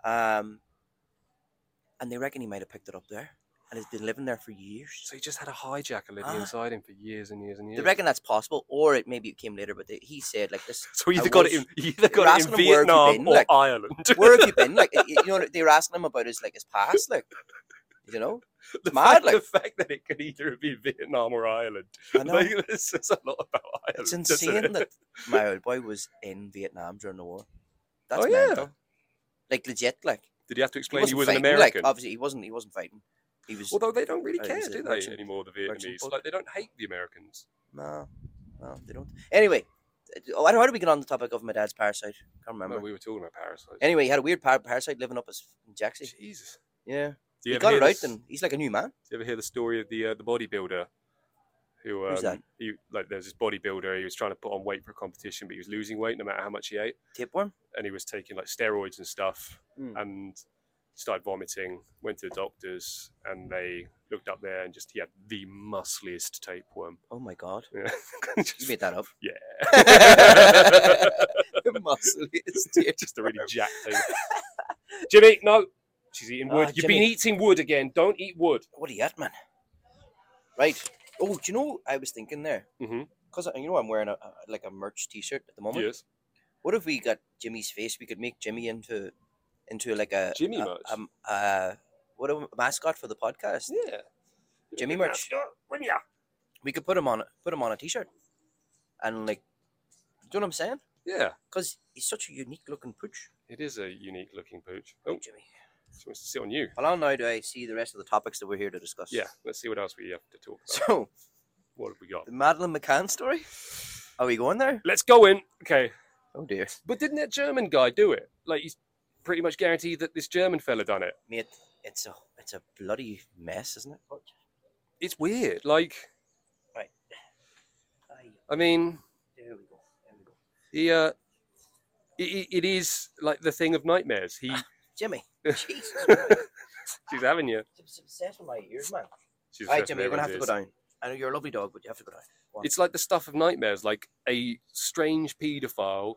A: Um, and they reckon he might have picked it up there, and has been living there for years.
B: So he just had a hijacker living
A: Ah.
B: inside him for years and years and years.
A: They reckon that's possible, or it maybe it came later. But they, he said like this:
B: <laughs> so he
A: I
B: either got it
A: was-
B: in, he either got it
A: asking
B: in
A: him where have you
B: Vietnam
A: been,
B: or
A: like-
B: Ireland. <laughs>
A: "Where have you been?" Like y- you know, they were asking him about his like his past, like you know.
B: <laughs> the,
A: mad,
B: fact,
A: like-
B: the fact that it could either be Vietnam or Ireland. <laughs>
A: I know
B: Like, this says a lot about Ireland. <laughs>
A: it's
B: doesn't it?
A: insane that my old boy was in Vietnam during the war. That's
B: Oh, yeah.
A: mental. Like legit, like
B: Did he have to
A: he
B: explain
A: wasn't
B: he was an
A: fighting,
B: American?
A: Like obviously he wasn't. He wasn't fighting. He was
B: Although they don't really
A: Uh,
B: care,
A: he's a
B: do they
A: merchant-
B: anymore? The
A: merchant
B: Vietnamese,
A: boat.
B: like they don't hate the Americans.
A: no, no, they don't. Anyway, oh, how do we get on the topic of my dad's parasite? Can't
B: No,
A: remember.
B: we were talking about parasites.
A: Anyway, he had a weird par- parasite living up his jacksie.
B: Jesus.
A: Yeah,
B: Do
A: he
B: ever
A: got
B: hear
A: it out,
B: this-
A: and he's like a new man.
B: Do you ever hear the story of the uh, the bodybuilder? Who um,
A: Who's that?
B: He, like there's this bodybuilder. He was trying to put on weight for a competition, but he was losing weight no matter how much he ate,
A: Tapeworm.
B: and he was taking like steroids and stuff,
A: Mm.
B: and started vomiting. Went to the doctors, and they looked up there, and just he had the muscliest tapeworm. <laughs>
A: Oh my god.
B: Yeah.
A: You
B: Just-
A: made that up.
B: Yeah.
A: <laughs> The muscle is dear.
B: <laughs> just a really
A: <laughs>
B: jacked thing. Jimmy, no. She's eating wood.
A: Ah,
B: You've
A: Jimmy.
B: been eating wood again. Don't eat wood.
A: What are you at, man? Right. Oh, do you know I was thinking there?
B: Mhm.
A: Because you know I'm wearing a, a like a merch T-shirt at the moment.
B: Yes.
A: What if we got Jimmy's face? We could make Jimmy into into like a
B: Jimmy
A: a-
B: merch.
A: Um, uh, what a mascot for the podcast.
B: Yeah.
A: Jimmy merch. We could put him on put him on a T-shirt, and like, do you know what I'm saying?
B: Yeah.
A: Because he's such a unique looking pooch,
B: It is a unique looking pooch. Oh,
A: Jimmy.
B: she wants to sit on you.
A: How long now do I see the rest of the topics that we're here to discuss?
B: Yeah. Let's see what else we have to talk about.
A: <laughs> So
B: What have we got?
A: the Madeline McCann story. Are we going there?
B: Let's go in. Okay.
A: Oh dear,
B: But didn't that German guy do it? Like he's pretty much guaranteed that this German fella done it.
A: mate, it's a it's a bloody mess, isn't it?
B: It's weird. Like,
A: Right. Aye,
B: I mean,
A: there we go. There we go.
B: he uh it, it is like the thing of nightmares. He, <laughs>
A: Jimmy. Jeez.
B: she's having you.
A: It's obsessed with my ears, man.
B: She's
A: All right,
B: obsessed
A: Jimmy,
B: with
A: you're going to have to go
B: everyone's
A: down. I know you're a lovely dog, but you have to go down. Go on.
B: ears. It's like the stuff of nightmares. Like a strange paedophile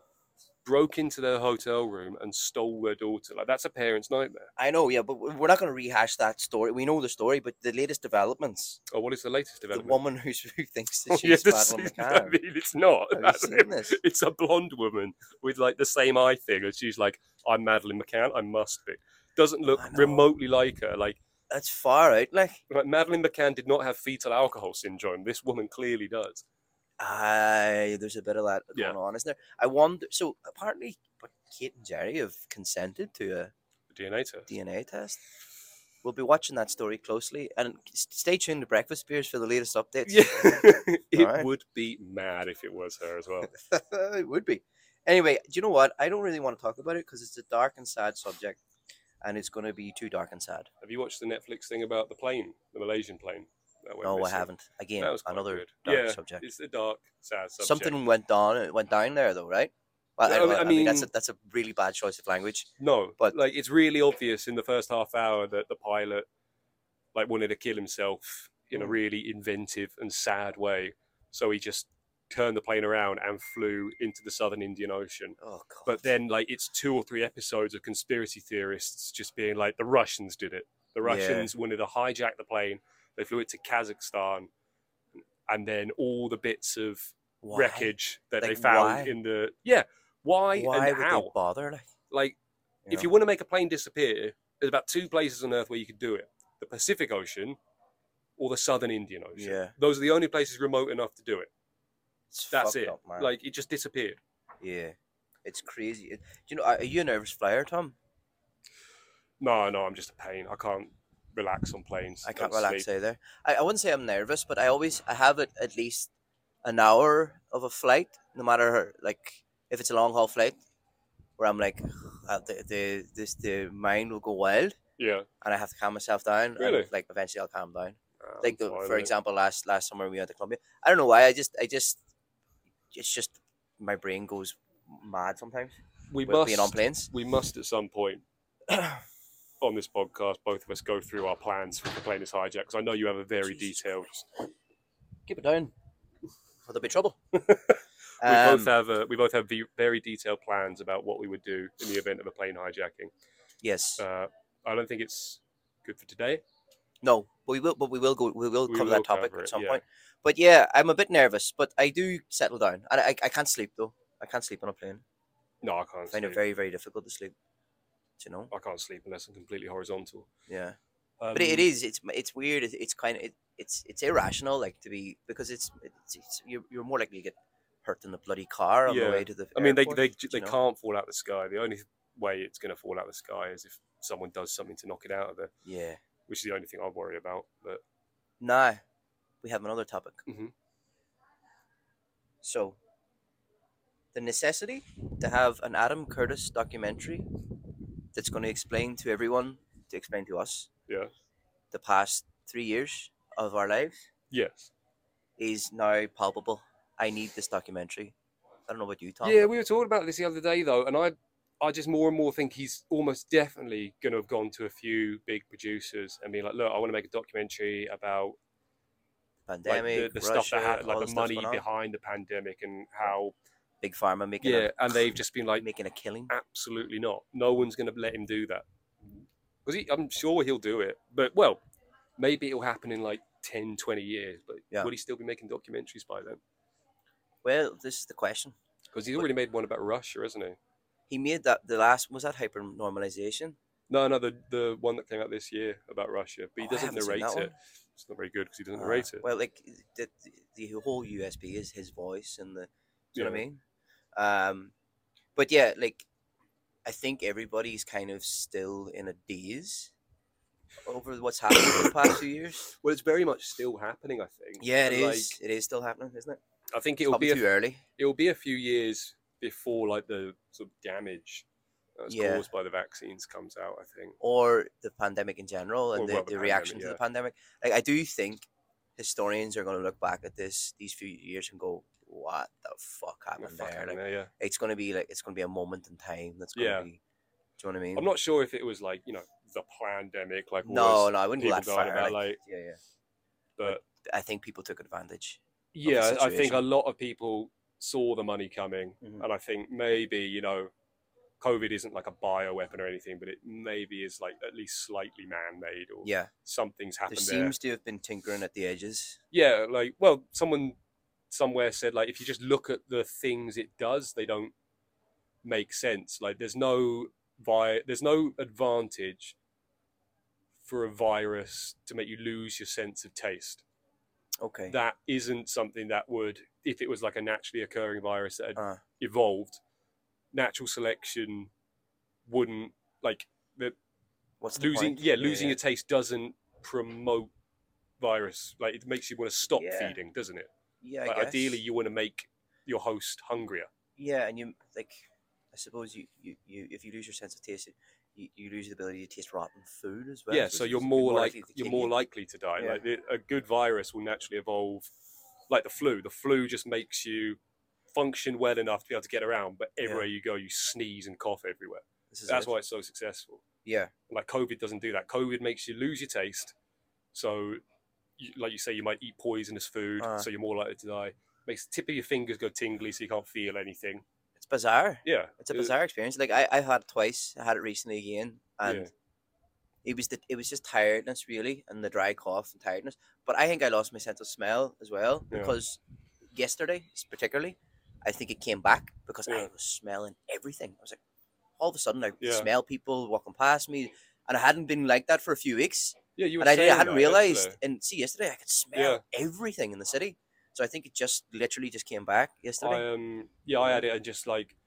B: broke into their hotel room and stole their daughter. Like that's a parent's nightmare.
A: I know, yeah, but we- we're not going to rehash that story. We know the story, but the latest developments
B: Oh, what is the latest
A: the
B: development? Oh,
A: woman who's, who <laughs> thinks that
B: <laughs> Yeah,
A: she's Ah, straddling
B: this is-
A: the
B: I
A: car.
B: mean, it's not.
A: Have
B: <laughs> That's
A: you
B: it.
A: seen this?
B: It's a blonde woman with like the same eye thing, and she's like, "I'm Madeline McCann. I must be." Doesn't look
A: I know.
B: remotely like her. Like,
A: That's far out. Like,
B: like Madeline McCann did not have fetal alcohol syndrome. This woman clearly does.
A: aye, there's a bit of that
B: Yeah.
A: going on, isn't there? I wonder. So apparently, but Kate and Jerry have consented to a
B: The DNA test.
A: DNA test. We'll be watching that story closely, and s- stay tuned to Breakfast Beers for the latest updates.
B: <laughs> Yeah,
A: <laughs>
B: it
A: Alright.
B: would be mad if it was her
A: <laughs>
B: as well.
A: it would be. Anyway, do you know what? I don't really want to talk about it because it's a dark and sad subject, and it's going to be too dark and sad.
B: Have you watched the Netflix thing about the plane, the Malaysian plane? That went
A: No, I
B: missing?
A: haven't. Again,
B: That was quite
A: another
B: good.
A: dark
B: Yeah,
A: subject.
B: It's a dark, sad subject.
A: Something went down. It went down there, though, right? Well, I,
B: Yeah, I mean-
A: I
B: I
A: mean, that's a,
B: mean-
A: that's a really bad choice of language.
B: No,
A: But-
B: but like it's really obvious in the first half hour that the pilot like wanted to kill himself in a
A: Mm.
B: really inventive and sad way. So he just turned the plane around and flew into the southern Indian Ocean.
A: Oh god!
B: But then like it's two or three episodes of conspiracy theorists just being like the Russians did it. The
A: Yeah.
B: Russians wanted to hijack the plane. They flew it to Kazakhstan. And then all the bits of
A: Why?
B: wreckage that
A: Like,
B: they found
A: why?
B: in the yeah, why,
A: Why
B: and
A: would
B: how?
A: they bother? Like,
B: Like
A: you
B: if
A: know?
B: you want to make a plane disappear, there's about two places on Earth where you could do it: the Pacific Ocean or the Southern Indian Ocean.
A: Yeah.
B: Those are the only places remote enough to do it.
A: It's
B: That's
A: fucked
B: it.
A: up, man.
B: Like it just disappeared.
A: yeah, it's crazy. It- Do you know? Are you a nervous flyer, Tom?
B: No, no, I'm just a pain. I can't relax on planes.
A: I can't
B: don't
A: relax
B: sleep.
A: either. I, I wouldn't say I'm nervous, but I always I have it at least an hour of a flight, no matter like if it's a long haul flight, where I'm like, uh, the the this the mind will go wild,
B: Yeah.
A: and I have to calm myself down.
B: Really?
A: And, like eventually I'll calm down.
B: Nah, I'm
A: like the,
B: fine
A: for
B: with it.
A: example, last last summer we went to Colombia. I don't know why. I just I just it's just my brain goes mad sometimes
B: we
A: with being on
B: must.
A: planes.
B: We must at some point <coughs> on this podcast, both of us go through our plans for the plane is hijacked. Because I know you have a very
A: Jesus
B: detailed.
A: Keep it down, or there'll be trouble.
B: <laughs> We both
A: Um,
B: have a, we both have ve- very detailed plans about what we would do in the event of a plane hijacking.
A: yes.
B: uh, I don't think it's good for today.
A: No, but we will. But we will go. We will
B: We
A: cover
B: will
A: that topic
B: cover
A: at
B: it,
A: some
B: yeah.
A: point. But yeah, I'm a bit nervous, but I do settle down, and I, I, I can't sleep though. I can't sleep on a plane.
B: No, I
A: I
B: can't.
A: find
B: Sleep.
A: it very very difficult to sleep. do You know.
B: I can't sleep unless I'm completely horizontal.
A: Yeah.
B: Um,
A: But it it is. It's it's weird. It's, it's kind of it, it's it's irrational, like to be because it's it's, it's you're, you're more likely to get hurt in the bloody car on the
B: Yeah.
A: way to the.
B: I mean, they
A: airport,
B: they
A: do you
B: they
A: know?
B: can't fall out the sky. The only way it's going to fall out the sky is if someone does something to knock it out of there,
A: Yeah.
B: which is the only thing I worry about. But
A: Nah, we have another topic.
B: Mhm.
A: So, the necessity to have an Adam Curtis documentary that's going to explain to everyone, to explain to us,
B: Yeah.
A: the past three years of our lives
B: yes,
A: is now palpable. I need this documentary. I don't know about you, Tom.
B: yeah, we were talking about this the other day though, and I I just more and more think he's almost definitely going to have gone to a few big producers and be like, look, I want to make a documentary about like,
A: Pandemic,
B: the, the
A: Russia,
B: stuff that had
A: all
B: like the
A: stuff's
B: money
A: going on.
B: behind the pandemic and how
A: Big Pharma making
B: yeah,
A: a,
B: and they've just been like.
A: making a killing.
B: Absolutely not. No one's going to let him do that. Because I'm sure he'll do it. But, well, maybe it'll happen in like 10, 20 years. But
A: Yeah.
B: will he still be making documentaries by then?
A: Well, this is the question.
B: Because he's already made one about Russia, hasn't he?
A: He made that the last was that hyper normalization.
B: No, no, the, the one that came out this year about Russia. But
A: Oh,
B: he
A: I
B: doesn't
A: haven't seen
B: narrate
A: that
B: it.
A: one.
B: It's not very good because he doesn't
A: Ah,
B: narrate it.
A: Well, like the, the the whole USB is his voice and the do you know what I
B: Yeah.
A: mean? Um, but yeah, like I think everybody's kind of still in a daze over what's happened in the past few
B: <coughs>
A: years.
B: Well, it's very much still happening, I think.
A: Yeah, it
B: And,
A: is.
B: like,
A: it is still happening, isn't it?
B: I think
A: It's
B: it'll
A: probably
B: be a
A: too early.
B: it'll be a few years before like the sort of damage that's
A: Yeah.
B: caused by the vaccines comes out. I think.
A: or the pandemic in general and
B: Or
A: the,
B: well,
A: the
B: the pandemic,
A: reaction to
B: yeah.
A: the pandemic. Like I do think historians are going to look back at this these few years and go, what the fuck happened
B: Fuck
A: there?
B: happened
A: Like,
B: there, yeah.
A: it's gonna be like it's gonna be a moment in time that's gonna
B: Yeah.
A: be. Do you know what I mean?
B: I'm not sure if it was like you know the pandemic, like all
A: No,
B: this,
A: no, I wouldn't go
B: people
A: that
B: died
A: far.
B: about,
A: like,
B: like-
A: yeah, yeah.
B: but
A: I think people took advantage. the
B: yeah, I think a
A: situation.
B: lot of people saw the money coming,
A: Mhm.
B: and I think maybe you know, COVID isn't like a bioweapon or anything, but it maybe is like at least slightly man-made or
A: Yeah,
B: something's
A: there
B: happened there.
A: seems to have been tinkering at the edges.
B: yeah, like well, someone somewhere said like if you just look at the things it does, they don't make sense. Like there's no vi- there's no advantage for a virus to make you lose your sense of taste.
A: Okay.
B: That isn't something that would if it was like a naturally occurring virus that had
A: Uh,
B: evolved, natural selection wouldn't like
A: what's the
B: losing
A: point?
B: yeah, losing
A: yeah.
B: your taste doesn't promote virus. Like it makes you want to stop
A: Yeah.
B: feeding, doesn't it?
A: Yeah, I
B: Like,
A: guess.
B: ideally, you want to make your host hungrier.
A: Yeah, and you like, I suppose you, you, you if you lose your sense of taste, you, you lose the ability to taste rotten food as well.
B: yeah,
A: which
B: so
A: is
B: you're more like
A: likely to
B: you're
A: kill
B: more
A: you.
B: likely to die.
A: Yeah.
B: Like the, a good virus will naturally evolve, like the flu. The flu just makes you function well enough to be able to get around, but
A: Yeah.
B: everywhere you go, you sneeze and cough everywhere.
A: This is
B: That's
A: it.
B: why it's so successful.
A: Yeah,
B: Like COVID doesn't do that. COVID makes you lose your taste, so you, like you say, you might eat poisonous food,
A: Uh.
B: so you're more likely to die. Makes the tip of your fingers go tingly, so you can't feel anything.
A: it's bizarre.
B: Yeah,
A: It's a
B: it-
A: bizarre experience. Like I, I've had it twice. I had it recently again, and
B: Yeah.
A: it was the, it was just tiredness really, and the dry cough and tiredness. But I think I lost my sense of smell as well
B: Yeah.
A: because yesterday, s- particularly, I think it came back because I
B: Yeah.
A: was smelling everything. I was like, all of a sudden, I could
B: Yeah.
A: smell people walking past me, and I hadn't been like that for a few weeks.
B: Yeah, you were
A: and I, did, I
B: saying
A: hadn't
B: that uh, yesterday.
A: realized. And see, yesterday I could smell everything in the city. So I think it just literally just came back yesterday.
B: I um yeah, I had it and just like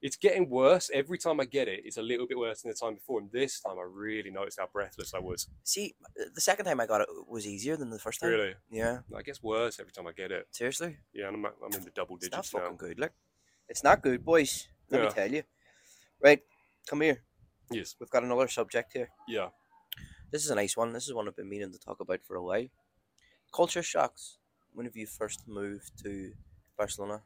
B: it's getting worse every time I get it. It's a little bit worse than the time before, and this time I really noticed how breathless I was.
A: see, uh, the second time I got it was easier than the first time.
B: Really,
A: Yeah,
B: I guess worse every time I get it.
A: seriously,
B: Yeah, and I'm, I'm in the double
A: it's not
B: digits
A: fucking
B: now.
A: good. Like, it's not good, boys. Let
B: Yeah.
A: me tell you. Right, come here.
B: Yes,
A: We've got another subject here. <clears throat>
B: yeah,
A: This is a nice one. This is one I've been meaning to talk about for a while. Culture shocks. When have you first moved to Barcelona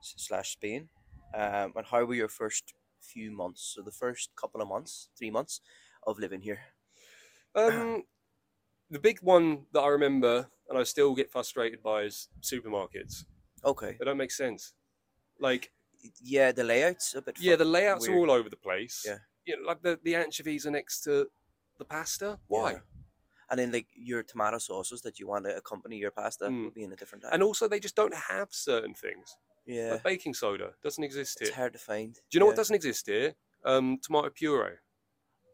A: s- slash Spain? Um, and how were your first few months? So the first couple of months, three months of living here.
B: Um, the big one that I remember, and I still get frustrated by, is supermarkets.
A: Okay.
B: They don't make sense. Like,
A: Yeah, the layout's a bit.
B: yeah, the
A: fuck-
B: layouts are
A: weird.
B: all over the place.
A: Yeah.
B: you know, like the the anchovies are next to the pasta. Why?
A: Yeah. And then like your tomato sauces that you want to accompany your pasta
B: Mm.
A: will be in a different.
B: And also, they just don't have certain things.
A: yeah,
B: Like baking soda doesn't exist here.
A: it's hard to find.
B: Do you know what doesn't exist here? Um, tomato puree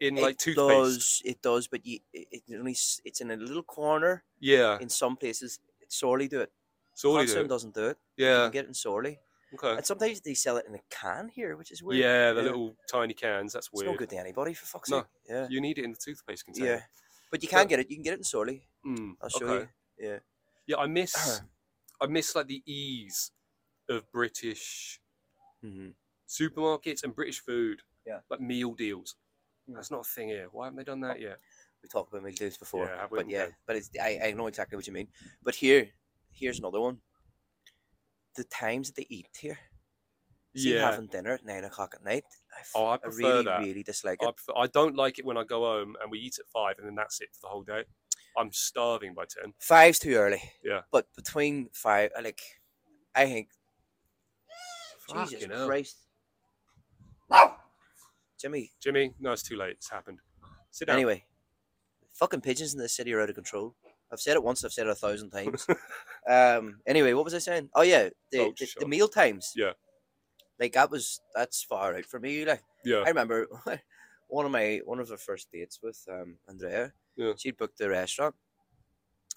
B: in like
A: it
B: toothpaste.
A: does. It does, but you, it, it only s- it's in a little corner.
B: Yeah,
A: in some places sorely do it.
B: so
A: Hudson doesn't do it. You
B: Yeah,
A: can get it in sorely.
B: okay.
A: And sometimes they sell it in a can here, which is weird.
B: Yeah, the
A: Yeah.
B: little tiny cans. That's
A: It's
B: weird.
A: no good to anybody for fuck's
B: No.
A: sake. Yeah.
B: You need it in the toothpaste container.
A: Yeah. But you can
B: But-
A: get it. You can get it in sorely.
B: Mm,
A: I'll show
B: okay.
A: you. Yeah.
B: Yeah, I
A: <clears throat>
B: miss I miss like the ease of British
A: Mhm.
B: supermarkets and British food.
A: Yeah. Oh,
B: Like meal deals.
A: Mm.
B: That's not a thing here. Why haven't they done that yet?
A: We talked about meal deals before.
B: Yeah, have we?
A: but yeah,
B: Okay.
A: but it's I, I know exactly what you mean. But here here's another one. The times that they eat here. See
B: yeah.
A: having dinner at nine o'clock at night. I, f-
B: Oh, I
A: I
B: prefer
A: really,
B: that. Oh,
A: really dislike
B: I,
A: it.
B: prefer, I don't like it when I go home and we eat at five and then that's it for the whole day. I'm starving by ten.
A: Five's too early.
B: Yeah.
A: But between five I like I think Jesus
B: Fucking hell.
A: Christ. Jimmy,
B: Jimmy, no, it's too late. It's happened. Sit down.
A: anyway, fucking pigeons in this city are out of control. I've said it once, I've said it a thousand
B: <laughs>
A: times. um, anyway, what was I saying? Oh, yeah, the,
B: Culture
A: the, the
B: shock.
A: meal times.
B: Yeah.
A: Like, that was, that's far out for me. Like,
B: yeah,
A: I remember <laughs> one of my, one of the first dates with um, Andrea,
B: Yeah.
A: she'd booked a restaurant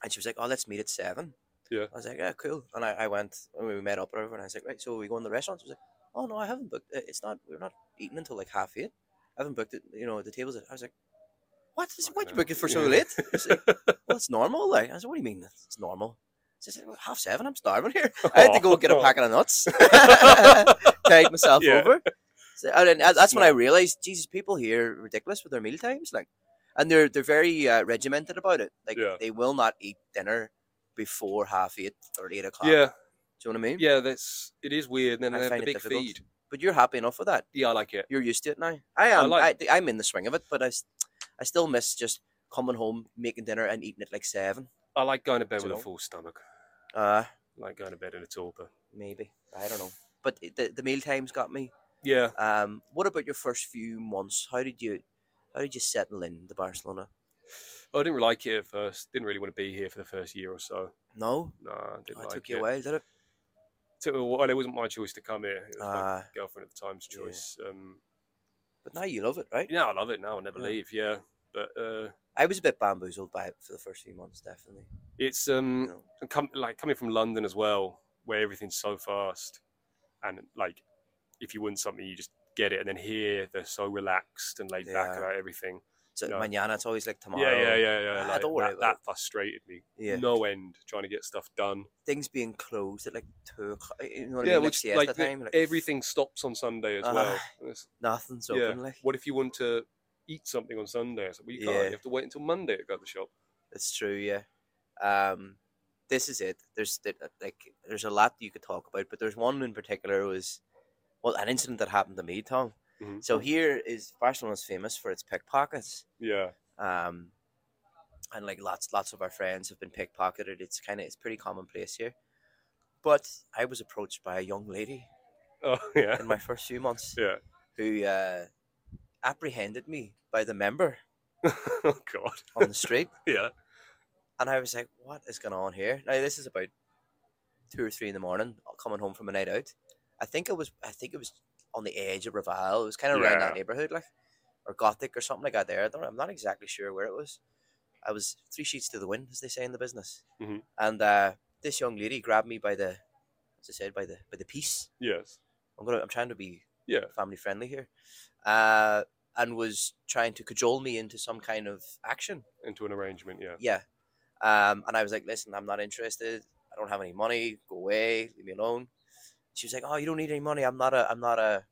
A: and she was like, oh, let's meet at seven.
B: Yeah.
A: I was like, yeah, cool. And I, I went, and we met up or whatever, and I was like, right, so we go in the restaurant? She was like, oh, no, I haven't booked it. It's not, we're not eating until like half eight. I haven't booked it, you know, the tables. I was like, what? I said, Why'd you
B: Fucking
A: book it for so
B: hell.
A: late? She's
B: <laughs>
A: like, well, it's normal. Like, I said, what do you mean it's normal? She said, well, half seven, I'm starving here. I had to
B: <laughs>
A: go get a packet of nuts, <laughs> tide myself
B: Oh. Yeah.
A: over. So, and then that- that's when I realized, Jesus, people here are ridiculous with their meal times. Like, and they're they're very uh, regimented about it. Like,
B: Yeah.
A: <laughs> they will not eat dinner before half eight or eight o'clock.
B: yeah,
A: Do you know what I mean?
B: Yeah, that's it is weird. And
A: I
B: then they have
A: find
B: the
A: it
B: big
A: difficult.
B: feed.
A: But you're happy enough with that.
B: Yeah, I like it.
A: You're used to it now. I am. I
B: like-
A: I, am in the swing of it, but I, s- I still miss just coming home, making dinner, and eating at like seven.
B: I like going to bed
A: Do
B: with
A: you
B: a
A: know?
B: full stomach.
A: Uh,
B: I like going to bed in a torpor.
A: maybe. I don't know. But it- the, the meal times got me.
B: Yeah,
A: Um, what about your first few months? How did you, how did you settle in the Barcelona?
B: I didn't really like it at first. Didn't really want to be here for the first year or so.
A: No,
B: No, I didn't
A: I
B: like
A: took
B: it.
A: you away, did Oh, it?
B: Took me a while. It wasn't my choice to come here. It was
A: Uh,
B: my girlfriend at the time's
A: yeah.
B: choice. Um,
A: but now you love it, right?
B: yeah, I love it now. I'll never
A: Yeah.
B: leave. Yeah, but uh,
A: I was a bit bamboozled by it for the first few months, definitely.
B: it's um,
A: You know,
B: and come like coming from London as well, where everything's so fast, and like if you want something, you just get it. And then here, they're so relaxed and laid back
A: Yeah.
B: about everything.
A: so
B: no.
A: mañana, it's always like tomorrow.
B: Yeah, yeah, yeah, yeah.
A: Ah,
B: like,
A: don't worry
B: that,
A: about
B: that
A: it.
B: frustrated me.
A: Yeah.
B: No end trying to get stuff done.
A: Things being closed at like two o'clock. You know what I
B: yeah,
A: mean?
B: which
A: like,
B: like
A: siesta
B: the-
A: time, like,
B: everything stops on Sunday as
A: Ah,
B: well. And it's-
A: nothing's
B: yeah.
A: open. Like
B: What if you want to eat something on Sunday? It's like, well, you can't.
A: Yeah.
B: You have to wait until Monday to go to the shop.
A: it's true. Yeah. Um, this is it. There's th- uh, like there's a lot you could talk about, but there's one in particular was well an incident that happened to me, Tom.
B: Mhm.
A: So here is Barcelona's famous for its pickpockets.
B: Yeah, <laughs>
A: um, and like lots lots of our friends have been pickpocketed. It's kind of it's pretty commonplace here. But I was approached by a young lady
B: oh yeah, <laughs>
A: in my first few months
B: yeah.
A: who uh, apprehended me by the member
B: oh god,
A: on the street,
B: yeah,
A: and I was like, "What is going on here?" Now this is about two or three in the morning, coming home from a night out. I think it was I think it was on the edge of Raval. It was kind of around
B: Yeah.
A: that neighborhood, like or Gothic or something like that. There, I don't. I'm not exactly sure where it was. I was three sheets to the wind, as they say in the business.
B: Mhm.
A: And uh, this young lady grabbed me by the, as I said, by the by the piece.
B: yes,
A: I'm gonna. I'm trying to be
B: Yeah.
A: family friendly here, uh, and was trying to cajole me into some kind of action.
B: into an arrangement. Yeah,
A: Yeah. Um, and I was like, listen, I'm not interested. I don't have any money. Go away. Leave me alone. She was like, oh, you don't need any money. I'm not a, I'm not a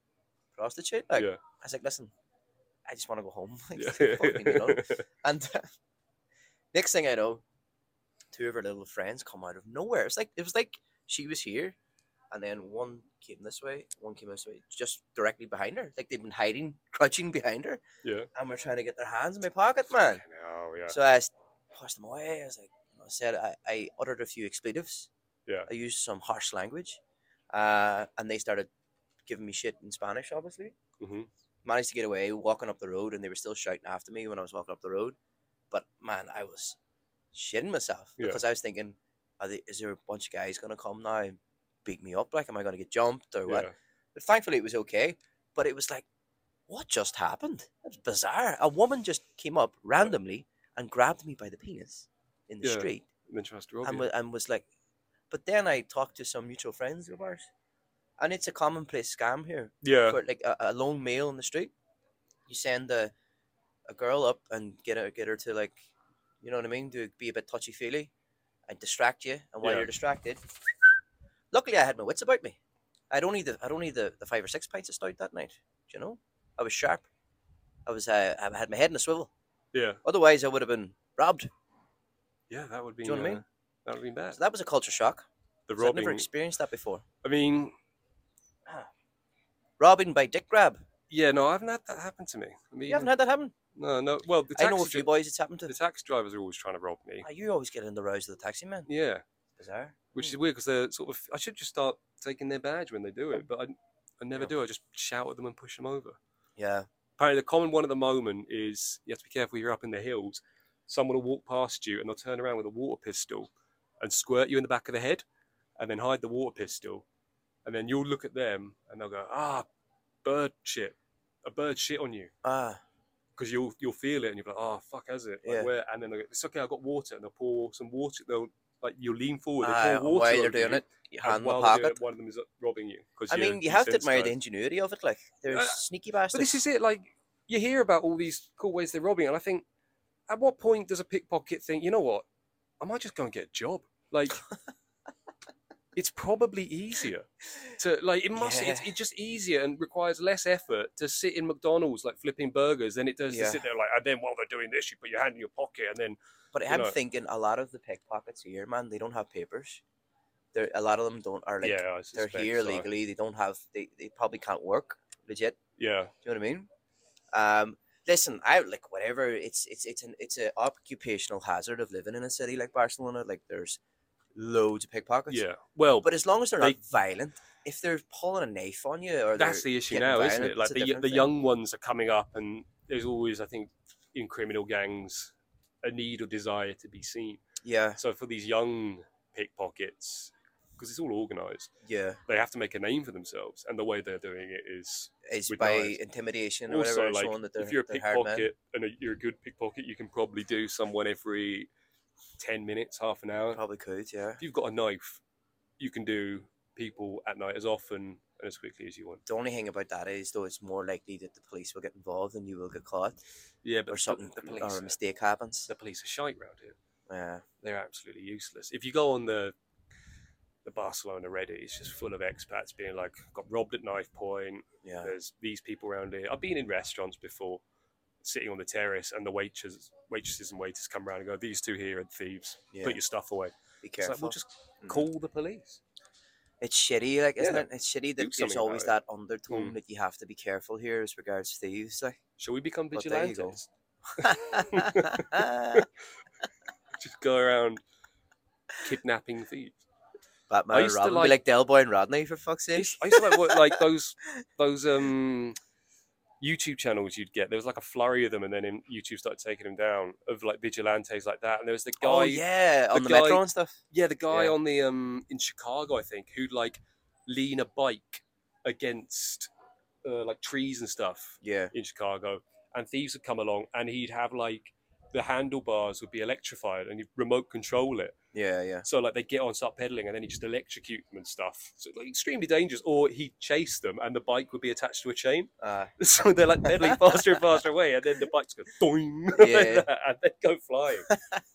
A: prostitute. Like,
B: yeah,
A: I was like, listen, I just want to go home. <laughs> Like,
B: yeah.
A: fucking,
B: <laughs>
A: you know? And <laughs> next thing I know, two of her little friends come out of nowhere. It's like it was like she was here, and then one came this way, one came this way, just directly behind her. Like they've been hiding, crouching behind her,
B: yeah.
A: and we're trying to get their hands in my pocket, man.
B: Oh yeah.
A: So I s- pushed them away. I was like, you know, I said, I, I uttered a few expletives.
B: Yeah.
A: I used some harsh language, uh, and they started giving me shit in Spanish, obviously.
B: hmm
A: Managed to get away walking up the road, and they were still shouting after me when I was walking up the road. But man, I was shitting myself
B: Yeah.
A: because I was thinking, Are they, is there a bunch of guys going to come now and beat me up? Like, am I going to get jumped or what?
B: Yeah.
A: But thankfully, it was okay. But it was like, what just happened? That was bizarre. A woman just came up randomly and grabbed me by the penis in the
B: Yeah,
A: street
B: And then she has to rob
A: and,
B: you.
A: wa- and was like, but then I talked to some mutual friends of ours, and it's a commonplace scam here
B: yeah.
A: for like a, a lone male in the street. You send a, a girl up and get her get her to like, you know what I mean? Do be a bit touchy feely, and distract you. And while
B: Yeah.
A: you're distracted, luckily I had my wits about me. I'd only the I'd only the, the five or six pints of stout that night. Do you know? I was sharp. I was uh, I had my head in a swivel.
B: yeah.
A: Otherwise, I would have been robbed.
B: Yeah. That would be.
A: you know what I
B: uh,
A: mean?
B: That would be bad.
A: So that was a culture shock.
B: the
A: 'cause I'd
B: robbing.
A: never experienced that before.
B: I mean,
A: Robbing by dick grab.
B: yeah. No, I haven't had that happen to me. I mean,
A: You haven't had that happen.
B: no, no. Well, the
A: I
B: taxi,
A: know a few
B: dri-
A: boys it's happened to.
B: the taxi drivers are always trying to rob me.
A: Ah, You always get in the rows of the taxi man.
B: Yeah,
A: Bizarre.
B: which is weird because they're sort of. I should just start taking their badge when they do it, but I, I never
A: Yeah.
B: do. I just shout at them and push them over.
A: Yeah.
B: Apparently, the common one at the moment is you have to be careful. You're up in the hills. Someone will walk past you and they'll turn around with a water pistol and squirt you in the back of the head, and then hide the water pistol, and then you'll look at them and they'll go, "Ah, bird shit, a bird shit on you,"
A: Ah,
B: because you'll you'll feel it and you'll be like, "Ah, fuck, has it?" Like,
A: Yeah.
B: where? And then they'll go, "It's okay, I've got water," and they'll pour some water. They'll like you'll lean forward, they
A: ah,
B: pour water.
A: while
B: over
A: they're doing
B: you,
A: it, you
B: and
A: hand in the
B: while they're doing
A: pocket.
B: it, one of them is robbing you. 'cause
A: I
B: you're
A: mean, you have to admire the
B: desensitized.
A: ingenuity of it. Like they're
B: Uh,
A: sneaky bastards.
B: But this is it. Like you hear about all these cool ways they're robbing, and I think, at what point does a pickpocket think, you know what, I might just go and get a job?
A: <laughs>
B: Like, it's probably easier to like. It must. It's,
A: Yeah.
B: it's just easier and requires less effort to sit in McDonald's like flipping burgers than it does to
A: Yeah.
B: sit there like. And then while they're doing this, you put your hand in your pocket, and then
A: but
B: you
A: I'm
B: know.
A: thinking a lot of the pickpockets here, man, they don't have papers. There, a lot of them don't are like
B: yeah, I
A: they're
B: suspect
A: here
B: so.
A: legally. They don't have. They, they probably can't work legit.
B: Yeah,
A: Do you know what I mean? Um, listen, I like whatever. It's it's it's an it's an occupational hazard of living in a city like Barcelona. Like there's loads of pickpockets.
B: yeah. Well,
A: But as long as they're
B: They-
A: not violent, if they're pulling a knife on you or
B: that's
A: they're
B: the issue
A: getting
B: now, isn't
A: violent,
B: it? Like
A: it's a
B: the, y-
A: different
B: the
A: thing.
B: young ones are coming up, and there's always, I think, in criminal gangs, a need or desire to be seen.
A: yeah
B: So for these young pickpockets, because it's all organised,
A: yeah
B: they have to make a name for themselves, and the way they're doing it is
A: is
B: with
A: by
B: knives.
A: intimidation or
B: also
A: whatever
B: like
A: showing that they're
B: if you're a
A: they're hard men.
B: pickpocket and a, you're a good pickpocket, you can probably do someone every ten minutes, half an hour.
A: Probably could, yeah.
B: If you've got a knife, you can do people at night as often and as quickly as you want.
A: The only thing about that is though, it's more likely that the police will get involved and you will get caught
B: Yeah, but
A: or
B: the-
A: something
B: The police,
A: or a
B: are-
A: mistake happens.
B: the police are shite round here.
A: Yeah,
B: They're absolutely useless. If you go on the the Barcelona Reddit, it's just full of expats being like, "Got robbed at knife point."
A: yeah.
B: There's these people around here. I've been in restaurants before, sitting on the terrace, and the waitresses, waitresses and waiters come around and go, "These two here are thieves.
A: Yeah.
B: Put your stuff away."
A: Be
B: It's
A: careful.
B: like, well, just
A: Mm.
B: call the police.
A: It's shitty, like isn't
B: Yeah.
A: it? It's shitty
B: Do
A: that there's
B: something about
A: always
B: it. Mm.
A: that undertone that you have to be careful here as regards thieves.
B: <laughs>
A: Like,
B: Shall we become
A: But there you
B: vigilantes? <laughs>
A: go. <laughs>
B: Just go around kidnapping thieves.
A: Batman and
B: used to
A: Robin,
B: like-
A: be like Del Boy and Rodney for fuck's
B: I
A: sake.
B: used, I used to like what, like those those um YouTube channels you'd get. There was like a flurry of them, and then in, YouTube started taking them down of like vigilantes like that. And there was the guy,
A: oh yeah,
B: the
A: on the
B: guy-
A: metro and stuff.
B: yeah, the guy
A: Yeah.
B: on the um in Chicago, I think, who'd like lean a bike against uh, like trees and stuff
A: Yeah,
B: in Chicago, and thieves would come along, and he'd have like the handlebars would be electrified, and you remote control it.
A: yeah, yeah.
B: So like they get on, start pedaling, and then he just electrocute them and stuff. So like extremely dangerous. Or he chased them, and the bike would be attached to a chain. <laughs>
A: Uh,
B: So they're
A: <laughs>
B: like pedaling faster and faster away, and then the bikes go doing, <laughs>
A: Yeah.
B: and they go flying.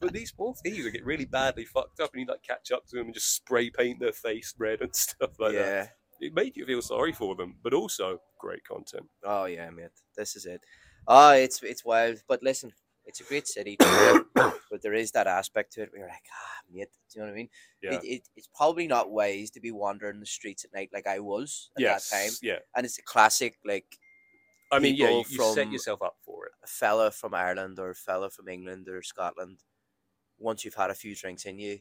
B: but these poor thieves would get really badly fucked up, and you like catch up to them and just spray paint their face red and <laughs> stuff like that.
A: yeah.
B: It made you feel sorry for them, but also great content.
A: Oh yeah, mate. This is it. Oh, it's it's wild. But listen, it's a great city, to
B: <coughs>
A: live, but there is that aspect to it. We're like, ah, mate. Do you know what I mean?
B: Yeah.
A: It, it, it's probably not wise to be wandering the streets at night like I was at
B: yes.
A: that time.
B: Yeah.
A: And it's a classic, like
B: I mean, yeah, you,
A: People
B: you set
A: from-
B: yourself up for it.
A: a fella from Ireland or a fella from England or Scotland. Once you've had a few drinks in you,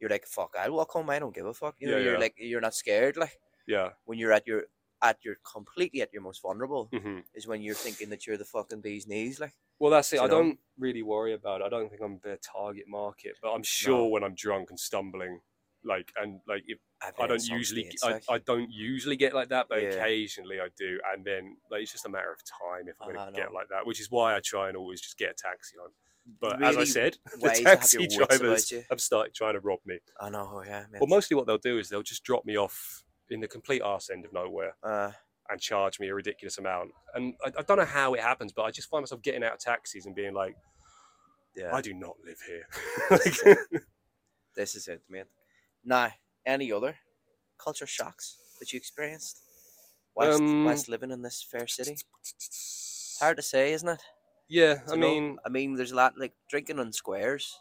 A: you're like, fuck, I'll walk home. I don't give a fuck. You know,
B: Yeah,
A: you're
B: yeah.
A: like, you're not scared. Like
B: Yeah.
A: when you're at your at your completely at your most vulnerable
B: hmm
A: is when you're thinking that you're the fucking bee's knees. Like.
B: Well, that's it.
A: Do you
B: I
A: know?
B: don't really worry about it. I don't think I'm their target market, but I'm sure when I'm drunk and stumbling, like and like, if,
A: I've
B: I
A: been at
B: don't
A: some
B: usually,
A: states,
B: I,
A: like- <laughs>
B: I don't usually get like that, but
A: Yeah.
B: occasionally I do, and then like it's just a matter of time if I'm
A: Uh-huh,
B: going
A: I
B: to get
A: know.
B: like that, which is why I try and always just get a taxi on. But as I
A: really
B: said, <laughs> the
A: wise to have
B: taxi
A: your wits about
B: drivers
A: you.
B: have started trying to rob me.
A: I know, oh, yeah. mate.
B: Well, mostly what they'll do is they'll just drop me off in the complete arse end of nowhere
A: uh,
B: and charge me a ridiculous amount. And I, I don't know how it happens, but I just find myself getting out of taxis and being like.
A: yeah.
B: I do not live here. <laughs>
A: This is it, mate. Now, any other culture shocks that you experienced whilst,
B: Um,
A: whilst living in this fair city? Hard to say, isn't it?
B: yeah, I
A: To know.
B: mean,
A: I mean, there's a lot like drinking on squares.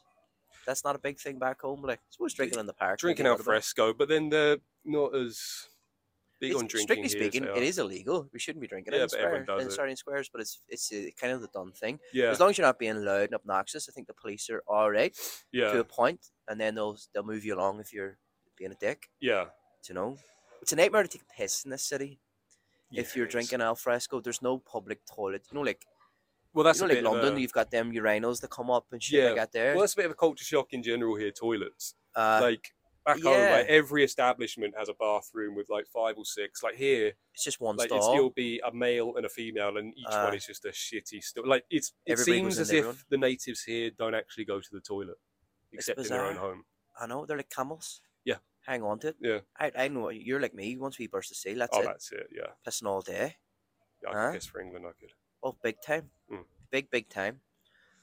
A: That's not a big thing back home. Like, I suppose drinking in the park. maybe
B: drinking
A: a
B: al
A: little bit.
B: fresco, but then they're not as big
A: It's-
B: on drinking.
A: Strictly
B: here as
A: speaking,
B: they
A: it
B: are.
A: is illegal. We shouldn't be drinking
B: Yeah,
A: in,
B: but everyone
A: square,
B: does
A: in
B: it.
A: starting squares, but it's it's uh, kind of the done thing.
B: Yeah,
A: As long as you're not being loud and obnoxious, I think the police are all right.
B: yeah,
A: to a point, and then they'll they'll move you along if you're being a dick.
B: yeah.
A: do You know, it's a nightmare to take a piss in this city
B: Yeah,
A: if you're
B: it is.
A: drinking al fresco. There's no public toilet. You know, like
B: well, that's
A: you
B: a
A: know, like
B: bit of
A: London,
B: a-
A: you've got them urinals that come up and shit like
B: Yeah,
A: that there.
B: well, that's a bit of a culture shock in general here. Toilets,
A: uh,
B: like back home,
A: yeah.
B: like every establishment has a bathroom with like five or six. Like here,
A: it's just one
B: like it's,
A: stall.
B: you'll be a male and a female, and each
A: Uh,
B: one is just a shitty store. Like it's, it
A: everybody goes
B: seems
A: in
B: as
A: there,
B: if
A: everyone.
B: the natives here don't actually go to the toilet, except in their own
A: bizarre.
B: home.
A: I know they're like camels.
B: Yeah.
A: hang on to it.
B: Yeah.
A: I, I know you're like me. Once we burst the seal, that's
B: oh,
A: it.
B: that's it. Yeah,
A: Pissing all day.
B: yeah I
A: Huh?
B: could guess for England, I could.
A: Oh, big time.
B: Mm.
A: Big big time.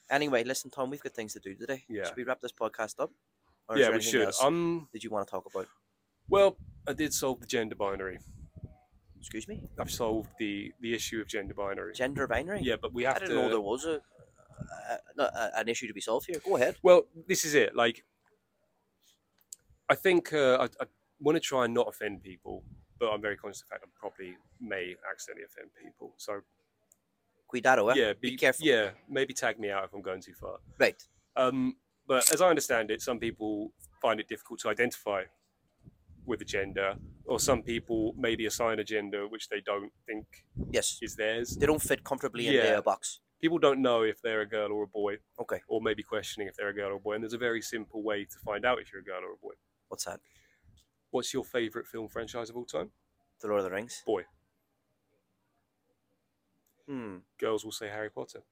A: Anyway, listen, Tom, we've got things to do today.
B: Yeah.
A: Should we wrap this podcast up? Or is
B: Yeah,
A: there
B: we
A: anything
B: should.
A: else
B: Um,
A: Did you want to talk about?
B: well, I did solve the gender binary.
A: Excuse me.
B: I've solved the the issue of gender binary.
A: Gender binary.
B: Yeah, but we
A: I
B: have
A: didn't
B: to.
A: know there was a, a, a, an issue to be solved here. Go ahead.
B: Well, this is it. Like, I think uh, I, I want to try and not offend people, but I'm very conscious of the fact I probably may accidentally offend people. So
A: Cuidado, eh?
B: yeah,
A: be, careful.
B: Yeah, maybe tag me out if I'm going too far.
A: Right.
B: Um, but as I understand it, some people find it difficult to identify with a gender, or some people maybe assign a gender which they don't think
A: Yes.
B: is theirs.
A: They don't fit comfortably in
B: Yeah.
A: their box.
B: People don't know if they're a girl or a boy,
A: Okay.
B: or maybe questioning if they're a girl or a boy. And there's a very simple way to find out if you're a girl or a boy.
A: What's that?
B: What's your favorite film franchise of all time?
A: The Lord of the Rings.
B: Boy.
A: Hmm.
B: Girls will say Harry Potter.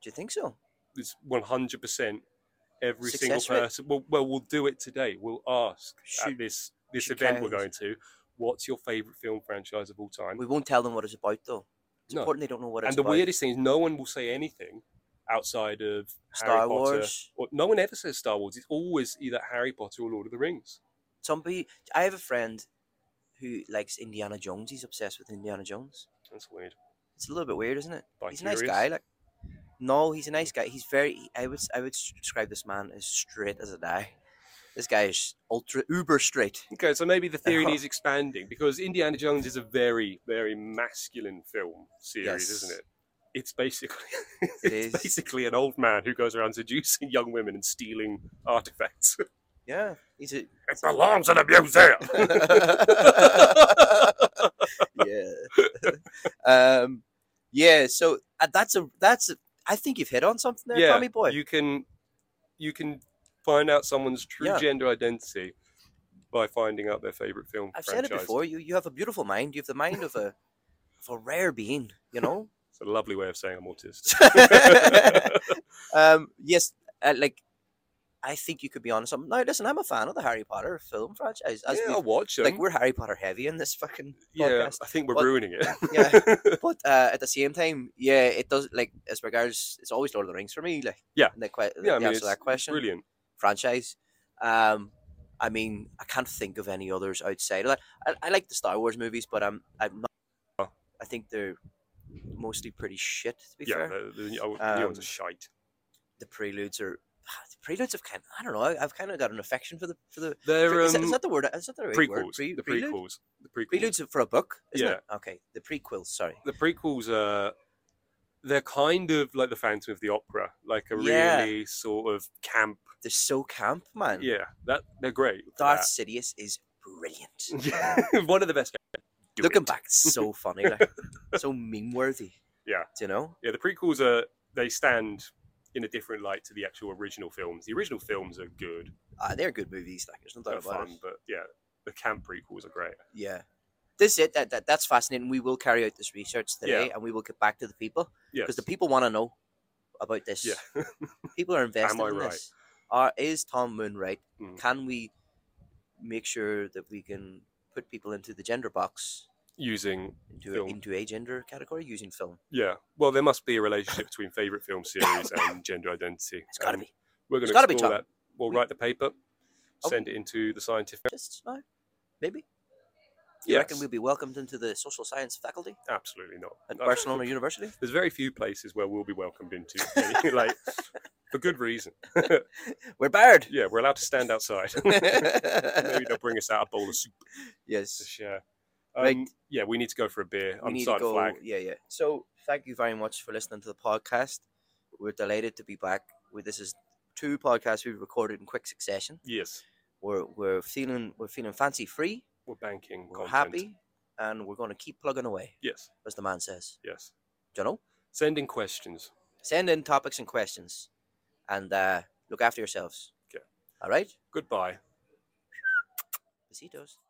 A: Do you think
B: Uh,
A: so?
B: It's 100% every
A: Success
B: single
A: rate.
B: person. Well, well, we'll do it today. We'll ask
A: Shoot.
B: at this this
A: Shoot
B: event we're going
A: cans.
B: to. What's your favorite film franchise of all time?
A: We won't tell them what it's about though. It's
B: No.
A: important they don't know what it's
B: and the
A: about.
B: weirdest thing is, no one will say anything outside of
A: Star
B: Harry Potter.
A: Wars.
B: Or, no one ever says Star Wars. It's always either Harry Potter or Lord of the Rings.
A: Somebody, I have a friend who likes Indiana Jones. He's obsessed with Indiana Jones.
B: That's weird.
A: It's a little bit weird, isn't it?
B: Like,
A: he's a nice
B: curious.
A: guy. Like, no, he's a nice guy. He's very. I would. I would s- describe this man as straight as a die. This guy is ultra uber straight.
B: Okay, so maybe the
A: <laughs>
B: theory needs expanding because Indiana Jones is a very, very masculine film series, isn't
A: Yes.
B: it? It's basically <laughs> it's
A: is.
B: basically an old man who goes around seducing young women and stealing
A: <laughs>
B: artifacts.
A: Yeah, he's a <laughs>
B: it belongs in a museum.
A: yeah. <laughs> um, yeah. So uh, that's a that's a. I think you've hit on something there,
B: yeah,
A: Tommy boy.
B: you can you can find out someone's true
A: Yeah.
B: gender identity by finding out their favorite film.
A: I've
B: franchise.
A: said it before. You you have a beautiful mind. You have the mind of a of a rare being. You
B: <laughs>
A: know. <laughs>
B: It's a lovely way of saying I'm autistic.
A: um, yes, uh, like I think you could be on something. Now, listen, I'm a fan of the Harry Potter film franchise. As
B: yeah,
A: we've-
B: I'll watch them.
A: like we're Harry Potter heavy in this fucking
B: yeah, <laughs>
A: podcast.
B: I think we're
A: But-
B: ruining
A: <laughs>
B: it.
A: yeah. But uh, at the same time, yeah, it does. Like as regards, it's always Lord of the Rings for me. Like
B: Yeah.
A: the, que-
B: yeah, I
A: the
B: mean,
A: answer
B: it's
A: to that question
B: brilliant.
A: franchise. Um, I mean, I can't think of any others outside of that. I, I like the Star Wars movies, but I'm I'm not. I think they're mostly pretty shit. To be
B: Yeah,
A: fair,
B: the, the, the, old- the
A: Um,
B: one's a shite.
A: the preludes are ah, the preludes have kind of, I don't know I- I've kind of got an affection for the for the
B: They're
A: pre- is, that,
B: um,
A: is that the word is that the right word
B: prequels.
A: Pre-
B: the
A: prelude?
B: prequels. The prequels.
A: preludes are for a book isn't
B: Yeah.
A: it okay the prequels sorry
B: The prequels are they're kind of like the Phantom of the Opera, like a
A: Yeah.
B: really sort of camp.
A: they're so camp man
B: Yeah, that they're great. for
A: Darth
B: that.
A: Sidious is brilliant
B: <laughs> one of the best. Do
A: looking
B: it.
A: back it's
B: <laughs>
A: so funny like, so meme worthy
B: Yeah.
A: do you know
B: yeah, the prequels are they stand in a different light to the actual original films. The original films are good,
A: ah, they're good movies like there's no
B: they're
A: doubt about
B: fun,
A: it
B: but yeah, the camp prequels are great.
A: yeah this is it that, that that's fascinating we will carry out this research today and we will get back to the people
B: Yeah,
A: because the people want to know about this
B: yeah,
A: people are invested
B: I
A: in
B: right?
A: this. Are, is Tom Moon right?
B: Mm.
A: Can we make sure that we can put people into the gender box,
B: using
A: into a,
B: Film.
A: into a gender category using film?
B: yeah. Well, there must be a relationship between favorite
A: <laughs>
B: film series and gender identity.
A: It's got to
B: and
A: be.
B: We're going
A: It's
B: to
A: gotta be,
B: explore
A: Tom.
B: that. We'll
A: We-
B: write the paper,
A: Oh.
B: send it into the scientific.
A: Just now, maybe. You
B: Yeah,
A: reckon we'll be welcomed into the social science faculty
B: absolutely not.
A: at
B: No.
A: Barcelona University?
B: There's very few places where we'll be welcomed into, <laughs> like for good reason.
A: We're
B: <laughs>
A: barred.
B: Yeah, we're allowed to
A: <laughs>
B: stand outside. Maybe they'll bring us out a bowl of soup
A: <laughs>
B: to
A: yes.
B: share. Um,
A: Right.
B: Yeah, we need to go for a beer.
A: We
B: I'm
A: need to
B: starting to
A: go.
B: flag.
A: Yeah, yeah. So thank you very much for listening to the podcast. We're delighted to be back. We, this is two podcasts we've recorded in quick succession.
B: Yes,
A: we're we're feeling we're feeling fancy free,
B: we're banking.
A: we're
B: content.
A: happy, and we're going to keep plugging away,
B: Yes,
A: as the man says.
B: yes.
A: Do you know?
B: Send in questions.
A: Send in topics and questions, and uh, look after yourselves.
B: Okay.
A: All right.
B: Goodbye.
A: Besitos.